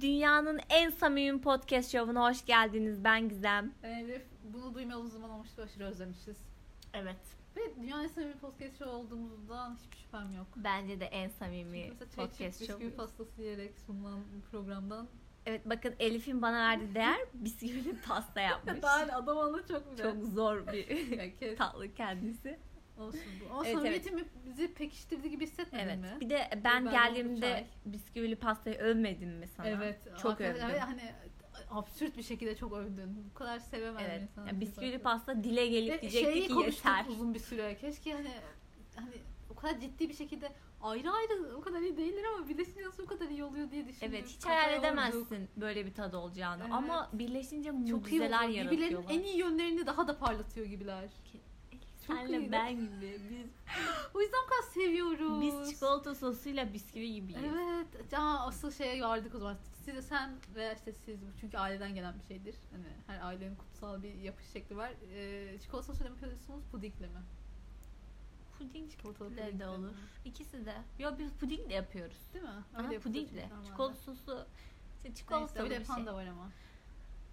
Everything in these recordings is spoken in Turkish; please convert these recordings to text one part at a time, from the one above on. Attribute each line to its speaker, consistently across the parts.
Speaker 1: Dünyanın en samimi podcast şovuna hoş geldiniz. Ben Gizem.
Speaker 2: Ben Elif. Ee, Bunu duymayalı zaman olmuştu. Aşırı özlemişiz.
Speaker 1: Evet.
Speaker 2: Ve dünyanın en samimi podcast show olduğumuzdan hiçbir şüphem yok.
Speaker 1: Bence de en samimi
Speaker 2: Çünkü mesela çay
Speaker 1: podcast
Speaker 2: içip bisküvi
Speaker 1: şovu.
Speaker 2: pastası yiyerek sunulan bir programdan
Speaker 1: Evet bakın Elif'in bana verdiği değer bisküvili pasta yapmış.
Speaker 2: daha adam anı çok bile.
Speaker 1: Çok zor bir
Speaker 2: Yani kes.
Speaker 1: tatlı kendisi.
Speaker 2: Olsun bu. Ama
Speaker 1: Evet,
Speaker 2: samimiyetin bizi pekiştirdiği gibi hissetmedin
Speaker 1: Evet.
Speaker 2: mi?
Speaker 1: Bir de ben,
Speaker 2: Ben bu
Speaker 1: geldiğimde
Speaker 2: çay.
Speaker 1: bisküvili pastayı övmedim mi sana?
Speaker 2: Evet.
Speaker 1: Çok
Speaker 2: hakikaten.
Speaker 1: övdüm.
Speaker 2: Evet, Hani absürt bir şekilde çok övdün. Bu kadar sevemem
Speaker 1: Evet.
Speaker 2: insanı.
Speaker 1: Yani bisküvili pasta dile gelip
Speaker 2: Ve
Speaker 1: diyecekti
Speaker 2: şeyi
Speaker 1: ki
Speaker 2: konuştuk
Speaker 1: yeter.
Speaker 2: uzun bir süre. Keşke hani hani o kadar ciddi bir şekilde ayrı ayrı o kadar iyi değiller ama birleşince nasıl o kadar iyi oluyor diye düşünüyorum.
Speaker 1: Evet hiç
Speaker 2: Kafaya
Speaker 1: hayal
Speaker 2: vurduk.
Speaker 1: edemezsin böyle bir tadı olacağını.
Speaker 2: Evet.
Speaker 1: Ama birleşince
Speaker 2: Çok iyi
Speaker 1: mucizeler
Speaker 2: oluyor. Birbirlerinin
Speaker 1: yaratıyorlar.
Speaker 2: en iyi yönlerini daha da parlatıyor gibiler. Çok
Speaker 1: Senle
Speaker 2: iyi.
Speaker 1: ben gibi. Biz,
Speaker 2: O yüzden o kadar seviyoruz.
Speaker 1: biz çikolata sosuyla bisküvi gibiyiz.
Speaker 2: Evet. Aa, asıl şeye vardık o zaman. Size sen veya işte siz bu çünkü aileden gelen bir şeydir. Hani her ailenin kutsal bir yapış şekli var. Ee, çikolata sosuyla mı yapıyorsunuz pudingle mi?
Speaker 1: Puding
Speaker 2: Çikolatalı
Speaker 1: de,
Speaker 2: pudingle
Speaker 1: de
Speaker 2: mi?
Speaker 1: olur. İkisi de. Yo biz puding de yapıyoruz.
Speaker 2: Değil mi?
Speaker 1: Aha,
Speaker 2: yapılıyor
Speaker 1: pudingle.
Speaker 2: çünkü normalde.
Speaker 1: Çikolata sosu. işte
Speaker 2: Neyse,
Speaker 1: çikolatalı
Speaker 2: öyle
Speaker 1: bir şey.
Speaker 2: yapan da var ama.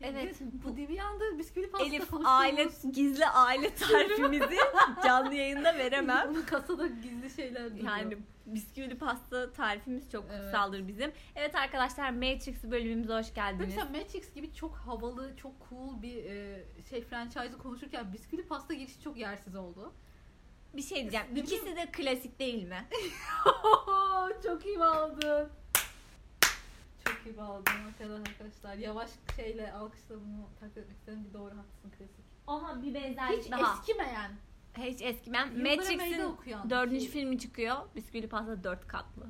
Speaker 1: Evet,
Speaker 2: Bu,
Speaker 1: bu-
Speaker 2: bu bir anda bisküvili pasta
Speaker 1: Elif
Speaker 2: konuştuğumuz-
Speaker 1: aile gizli aile tarifimizi canlı yayında veremem.
Speaker 2: Bunu kasada gizli şeyler duruyor.
Speaker 1: Yani bisküvili pasta tarifimiz çok
Speaker 2: Evet.
Speaker 1: kutsaldır bizim. Evet arkadaşlar Matrix bölümümüze hoş
Speaker 2: Ve
Speaker 1: geldiniz.
Speaker 2: Mesela Matrix gibi çok havalı, çok cool bir e, şey franchise'ı konuşurken bisküvili pasta girişi çok yersiz oldu.
Speaker 1: Bir şey diyeceğim.
Speaker 2: Değil mi?
Speaker 1: İkisi de klasik değil mi?
Speaker 2: çok iyi aldın. Çok iyi aldın arkadaşlar. Yavaş şeyle alkışla bunu takdir etmek istedim. Bir doğru haklısın klasik.
Speaker 1: Aha bir benzerlik
Speaker 2: Hiç
Speaker 1: daha.
Speaker 2: eskimeyen.
Speaker 1: Hiç eskimem.
Speaker 2: yıllara meydan
Speaker 1: Matrix'in
Speaker 2: okuyan.
Speaker 1: dördüncü
Speaker 2: Ki-
Speaker 1: filmi çıkıyor. Bisküvili pasta dört katlı.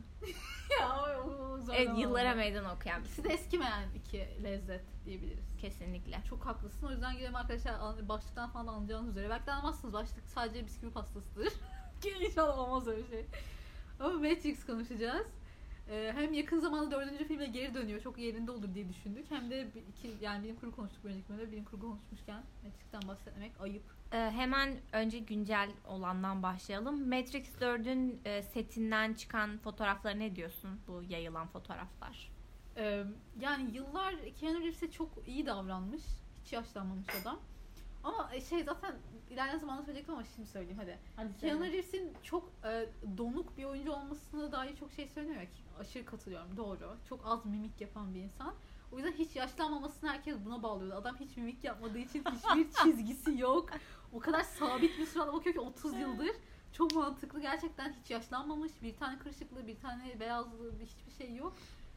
Speaker 2: Ya, o- o- zor
Speaker 1: Evet
Speaker 2: ama.
Speaker 1: yıllara meydan okuyan
Speaker 2: İkisi de eskimeyen iki lezzet diyebiliriz.
Speaker 1: kesinlikle.
Speaker 2: Çok haklısın. O yüzden gidelim arkadaşlar An- başlıktan falan anlayacağınız üzere. Belki de anlamazsınız. Başlık sadece bisküvi pastasıdır. Ki İnşallah olmaz öyle şey. Ama Matrix konuşacağız. Ee, hem yakın zamanda dördüncü filmle geri dönüyor. Çok yerinde olur diye düşündük. Hem de bir- iki, yani bilim kurgu konuştuk bir önceki bölümde. Bilim kurgu konuşmuşken Matrix'ten bahsetmek ayıp.
Speaker 1: Ee, hemen önce güncel olandan başlayalım. Matrix 4'ün e, setinden çıkan fotoğraflara ne diyorsun? Bu yayılan fotoğraflar.
Speaker 2: Ee, yani yıllar Keanu Reeves'e çok iyi davranmış. Hiç yaşlanmamış adam. Ama şey zaten ilerleyen zamanda söyleyecektim ama şimdi söyleyeyim hadi. Keanu Reeves'in çok e, donuk bir oyuncu olmasına dair çok şey söylemek aşırı katılıyorum. Doğru. Çok az mimik yapan bir insan. O yüzden hiç yaşlanmamasını herkes buna bağlıyordu. Adam hiç mimik yapmadığı için hiçbir çizgisi yok. O kadar sabit bir surat bakıyor ki 30 yıldır. Çok mantıklı. Gerçekten hiç yaşlanmamış. Bir tane kırışıklığı, bir tane beyazlığı, bir- hiçbir şey yok.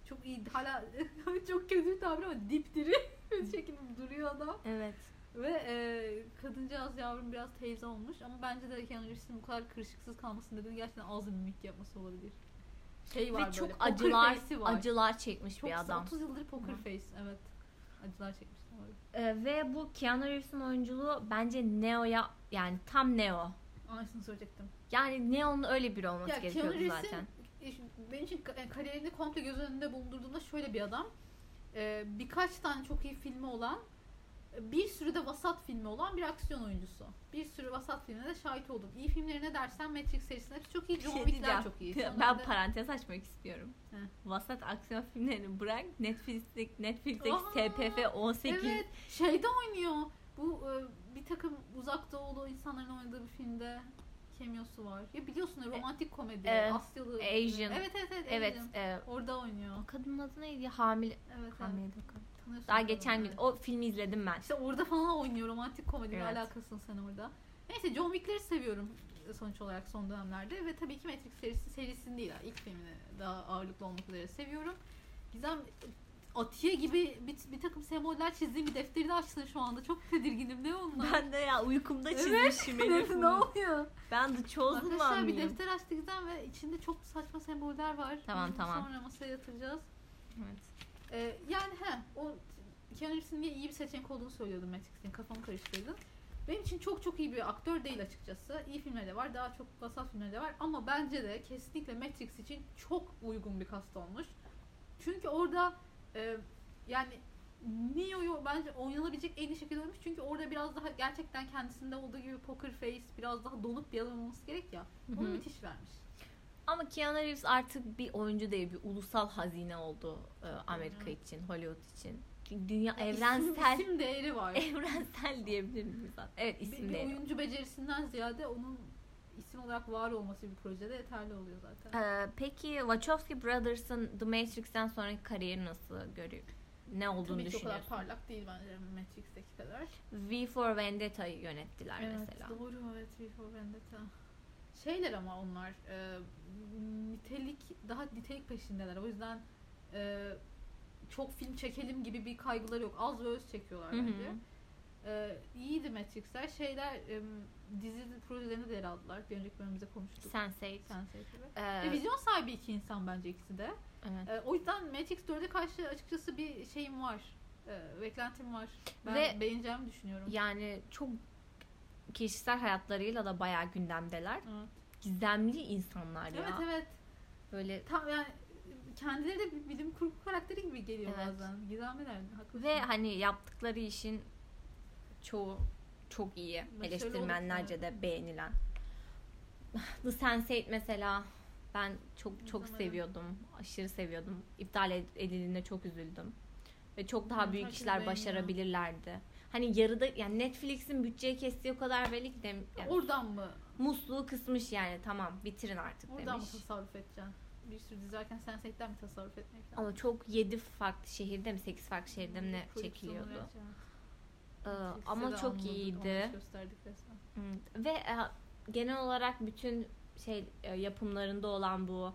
Speaker 2: Çok iyi, hala çok kötü bir tabir ama dipdiri bir şekilde duruyor adam.
Speaker 1: Evet.
Speaker 2: Ve e, kadıncağız yavrum biraz teyze olmuş ama bence de Keanu Reeves'in bu kadar kırışıksız kalmasının nedeni gerçekten ağzı mimik yapması olabilir. Şey var
Speaker 1: Ve
Speaker 2: böyle,
Speaker 1: çok
Speaker 2: poker
Speaker 1: acılar
Speaker 2: face'i var.
Speaker 1: acılar çekmiş
Speaker 2: çok
Speaker 1: bir adam.
Speaker 2: 30 yıldır poker
Speaker 1: Hı.
Speaker 2: face evet. Acılar çekmiş olabilir.
Speaker 1: Ee, ve bu Keanu Reeves'in oyunculuğu bence Neo'ya yani tam Neo.
Speaker 2: Aynısını söyleyecektim.
Speaker 1: Yani Neo'nun öyle biri olması
Speaker 2: Ya Keanu
Speaker 1: gerekiyordu
Speaker 2: Reeves'in
Speaker 1: zaten.
Speaker 2: e, şu- benim için ka- e, kariyerini komple göz önünde bulundurduğumda şöyle bir adam. E, birkaç tane çok iyi filmi olan, e, bir sürü de vasat filmi olan bir aksiyon oyuncusu. Bir sürü vasat filmine de şahit oldum. İyi filmlerine dersen Matrix serisinde hepsi çok iyi.
Speaker 1: Bir şey
Speaker 2: John Wick'ler
Speaker 1: diyeceğim.
Speaker 2: çok iyi.
Speaker 1: Ben
Speaker 2: Sonlarda-
Speaker 1: parantez açmak istiyorum.
Speaker 2: Heh.
Speaker 1: Vasat aksiyon filmlerini bırak. Netflix'teki Netflix'teki
Speaker 2: Aa,
Speaker 1: SPF 18
Speaker 2: Evet, şeyde oynuyor. Bu e, bir takım uzak doğulu insanların oynadığı bir filmde cameo'su var. Ya biliyorsun ya, romantik komedi,
Speaker 1: e,
Speaker 2: Asyalı.
Speaker 1: Asian.
Speaker 2: Evet evet evet.
Speaker 1: Evet.
Speaker 2: Asian.
Speaker 1: e,
Speaker 2: Orada oynuyor.
Speaker 1: o kadının adı neydi? Hamile.
Speaker 2: Evet evet.
Speaker 1: Hamile de kadın.
Speaker 2: Tanıyorsun
Speaker 1: Daha
Speaker 2: adamı,
Speaker 1: geçen gün.
Speaker 2: evet.
Speaker 1: O filmi izledim ben.
Speaker 2: İşte orada falan oynuyor romantik komedi
Speaker 1: Evet.
Speaker 2: ne alakasın sen orada. Neyse John Wick'leri seviyorum sonuç olarak son dönemlerde ve tabii ki Matrix serisi serisini değil ilk filmini daha ağırlıklı olmak üzere seviyorum. Gizem Atiye gibi bir, bir takım semboller çizdiğim bir defteri de açtın şu anda. Çok tedirginim ne onlar?
Speaker 1: Ben de ya uykumda
Speaker 2: Evet.
Speaker 1: çizmişim Elif
Speaker 2: ne
Speaker 1: bunu.
Speaker 2: oluyor?
Speaker 1: Ben de çözdüm
Speaker 2: Arkadaşlar bir
Speaker 1: anlayayım.
Speaker 2: defter açtık Gizem ve içinde çok saçma semboller var.
Speaker 1: Tamam,
Speaker 2: Bunu
Speaker 1: tamam.
Speaker 2: Sonra masaya yatıracağız.
Speaker 1: Evet.
Speaker 2: Ee, yani he, o Keanu Reeves'in niye iyi bir seçenek olduğunu söylüyordum Matrix'in, kafamı karıştırdın. Benim için çok çok iyi bir aktör değil açıkçası. İyi filmleri de var, daha çok vasat filmleri de var. Ama bence de kesinlikle Matrix için çok uygun bir kast olmuş. Çünkü orada e, yani Neo'yu bence oynanabilecek en iyi şekilde oynamış. Çünkü orada biraz daha gerçekten kendisinde olduğu gibi poker face, biraz daha donuk bir adam olması gerek ya.
Speaker 1: Hı
Speaker 2: Onu
Speaker 1: hı.
Speaker 2: müthiş vermiş.
Speaker 1: Ama Keanu Reeves artık bir oyuncu değil, bir ulusal hazine oldu e, Amerika
Speaker 2: Hı.
Speaker 1: için, Hollywood için. Çünkü dünya
Speaker 2: Ya
Speaker 1: evrensel
Speaker 2: İsim, isim değeri var.
Speaker 1: evrensel diyebilir miyiz zaten? Evet
Speaker 2: Bir-
Speaker 1: isim
Speaker 2: bir,
Speaker 1: değeri.
Speaker 2: oyuncu becerisinden ziyade onun isim olarak var olması bir projede yeterli oluyor zaten.
Speaker 1: Ee, peki Wachowski Brothers'ın The Matrix'ten sonraki kariyeri nasıl görüyor? Ne olduğunu
Speaker 2: Tabii ki o kadar
Speaker 1: düşünüyorsun?
Speaker 2: parlak değil bence Matrix'teki kadar.
Speaker 1: V for Vendetta'yı yönettiler
Speaker 2: Evet
Speaker 1: mesela.
Speaker 2: doğru evet V for Vendetta. Şeyler ama onlar e, nitelik daha nitelik peşindeler o yüzden e, çok film çekelim gibi bir kaygıları yok az ve öz çekiyorlar
Speaker 1: Hı hı.
Speaker 2: bence. E, iyiydi Matrix'ler şeyler e, dizi projelerinde de yer aldılar bir önceki bölümümüzde konuştuk.
Speaker 1: Sense8.
Speaker 2: Sense8 gibi.
Speaker 1: Ee,
Speaker 2: Ve vizyon sahibi iki insan bence ikisi de.
Speaker 1: evet.
Speaker 2: E, o yüzden Matrix 4'e karşı açıkçası bir şeyim var. E, beklentim var. Ben
Speaker 1: Ve-
Speaker 2: beğeneceğimi düşünüyorum.
Speaker 1: Yani çok kişisel hayatlarıyla da bayağı gündemdeler.
Speaker 2: Evet.
Speaker 1: Gizemli insanlar ya.
Speaker 2: evet evet.
Speaker 1: Böyle
Speaker 2: Tam yani kendileri de bir bilim kurgu karakteri gibi geliyor
Speaker 1: Evet.
Speaker 2: bazen. Gizemliler. haklısın.
Speaker 1: Ve hani yaptıkları işin çoğu çok iyi.
Speaker 2: Başarılı
Speaker 1: Eleştirmenlerce de beğenilen. The Sense8 mesela ben çok çok
Speaker 2: İzlemedim.
Speaker 1: seviyordum. Aşırı seviyordum. İptal ed- edildiğinde çok üzüldüm. Ve çok
Speaker 2: Hı,
Speaker 1: daha büyük
Speaker 2: herkes
Speaker 1: işler
Speaker 2: beğeniyor.
Speaker 1: başarabilirlerdi. Hani yarıda yani Netflix'in bütçeyi kestiği o kadar belli ki dem- yani
Speaker 2: Oradan mı?
Speaker 1: musluğu kısmış yani tamam bitirin artık
Speaker 2: Oradan
Speaker 1: demiş.
Speaker 2: mı tasarruf edeceksin? Bir sürü dizerken Sense8'den mi tasarruf etmek lazım? Hmm,
Speaker 1: Ama çok 7 farklı şehirde mi 8 farklı şehirde mi ne
Speaker 2: Prodüksiyonu
Speaker 1: çekiliyordu.
Speaker 2: evet, evet.
Speaker 1: Ee,
Speaker 2: Matrix'te de
Speaker 1: ama çok
Speaker 2: anladık,
Speaker 1: iyiydi.
Speaker 2: anlamış gösterdik resmen.
Speaker 1: Evet. Ve e, genel olarak bütün şey e, yapımlarında olan bu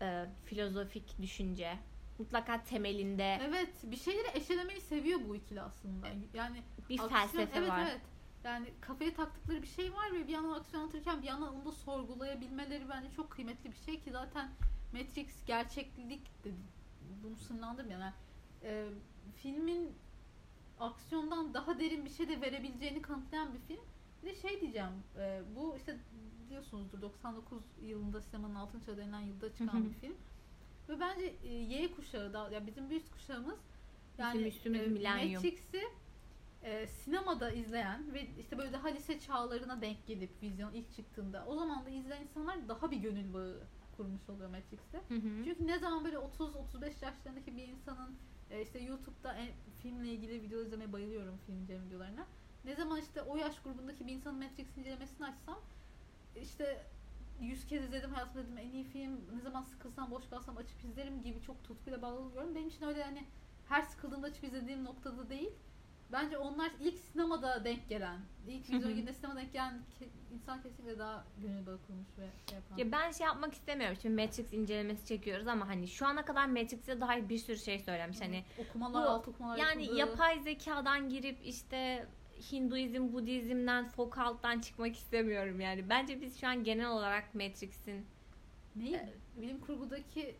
Speaker 1: e, filozofik düşünce mutlaka temelinde
Speaker 2: Evet bir şeyleri eşelemeyi seviyor bu ikili aslında.
Speaker 1: E-
Speaker 2: Yani
Speaker 1: bir
Speaker 2: Aksiyon,
Speaker 1: felsefe
Speaker 2: evet,
Speaker 1: var.
Speaker 2: Evet. Yani kafaya taktıkları bir şey var ve bir yandan aksiyon anlatırken bir yandan onu da sorgulayabilmeleri bence çok kıymetli bir şey ki zaten Matrix gerçeklik dedi. Bunu sınırlandım yani. Ee, filmin aksiyondan daha derin bir şey de verebileceğini kanıtlayan bir film. Bir de şey diyeceğim. e, bu işte biliyorsunuzdur 99 yılında sinemanın altın çağı denilen yılda
Speaker 1: Hı hı.
Speaker 2: çıkan bir film. Ve bence e, Y kuşağı da ya bizim bir üst kuşağımız yani
Speaker 1: üstümüz milenyum.
Speaker 2: Matrix'i e, sinemada izleyen ve işte böyle daha lise çağlarına denk gelip vizyon ilk çıktığında o zaman da izleyen insanlar daha bir gönül bağı kurmuş oluyor Matrix'te.
Speaker 1: Hı hı.
Speaker 2: Çünkü ne zaman böyle 30-35 yaşlarındaki bir insanın e, işte YouTube'da en- filmle ilgili video izlemeye bayılıyorum film inceleme videolarına. Ne zaman işte o yaş grubundaki bir insanın Matrix incelemesini açsam işte 100 kez izledim hayatımda dedim en iyi film ne zaman sıkılsam boş kalsam açıp izlerim gibi çok tutkuyla bağlı oluyorum. Benim için öyle yani her sıkıldığımda açıp izlediğim noktada değil. Bence onlar ilk sinemada denk gelen, ilk
Speaker 1: Hı hı.
Speaker 2: videoya girdiğinde sinemada denk gelen ke- insan kesinlikle daha gönül bağı kurmuş ve şey yapan.
Speaker 1: Ya ben şey yapmak istemiyorum. Şimdi Matrix incelemesi çekiyoruz ama hani şu ana kadar Matrix'e dair bir sürü şey söylemiş. Hani
Speaker 2: okumalar,
Speaker 1: Bu-
Speaker 2: alt okumalar
Speaker 1: yani
Speaker 2: yapıldı.
Speaker 1: yapay zekadan girip işte Hinduizm, Budizm'den, Foucault'tan çıkmak istemiyorum yani. Bence biz şu an genel olarak Matrix'in
Speaker 2: Neyi? E, bilim kurgudaki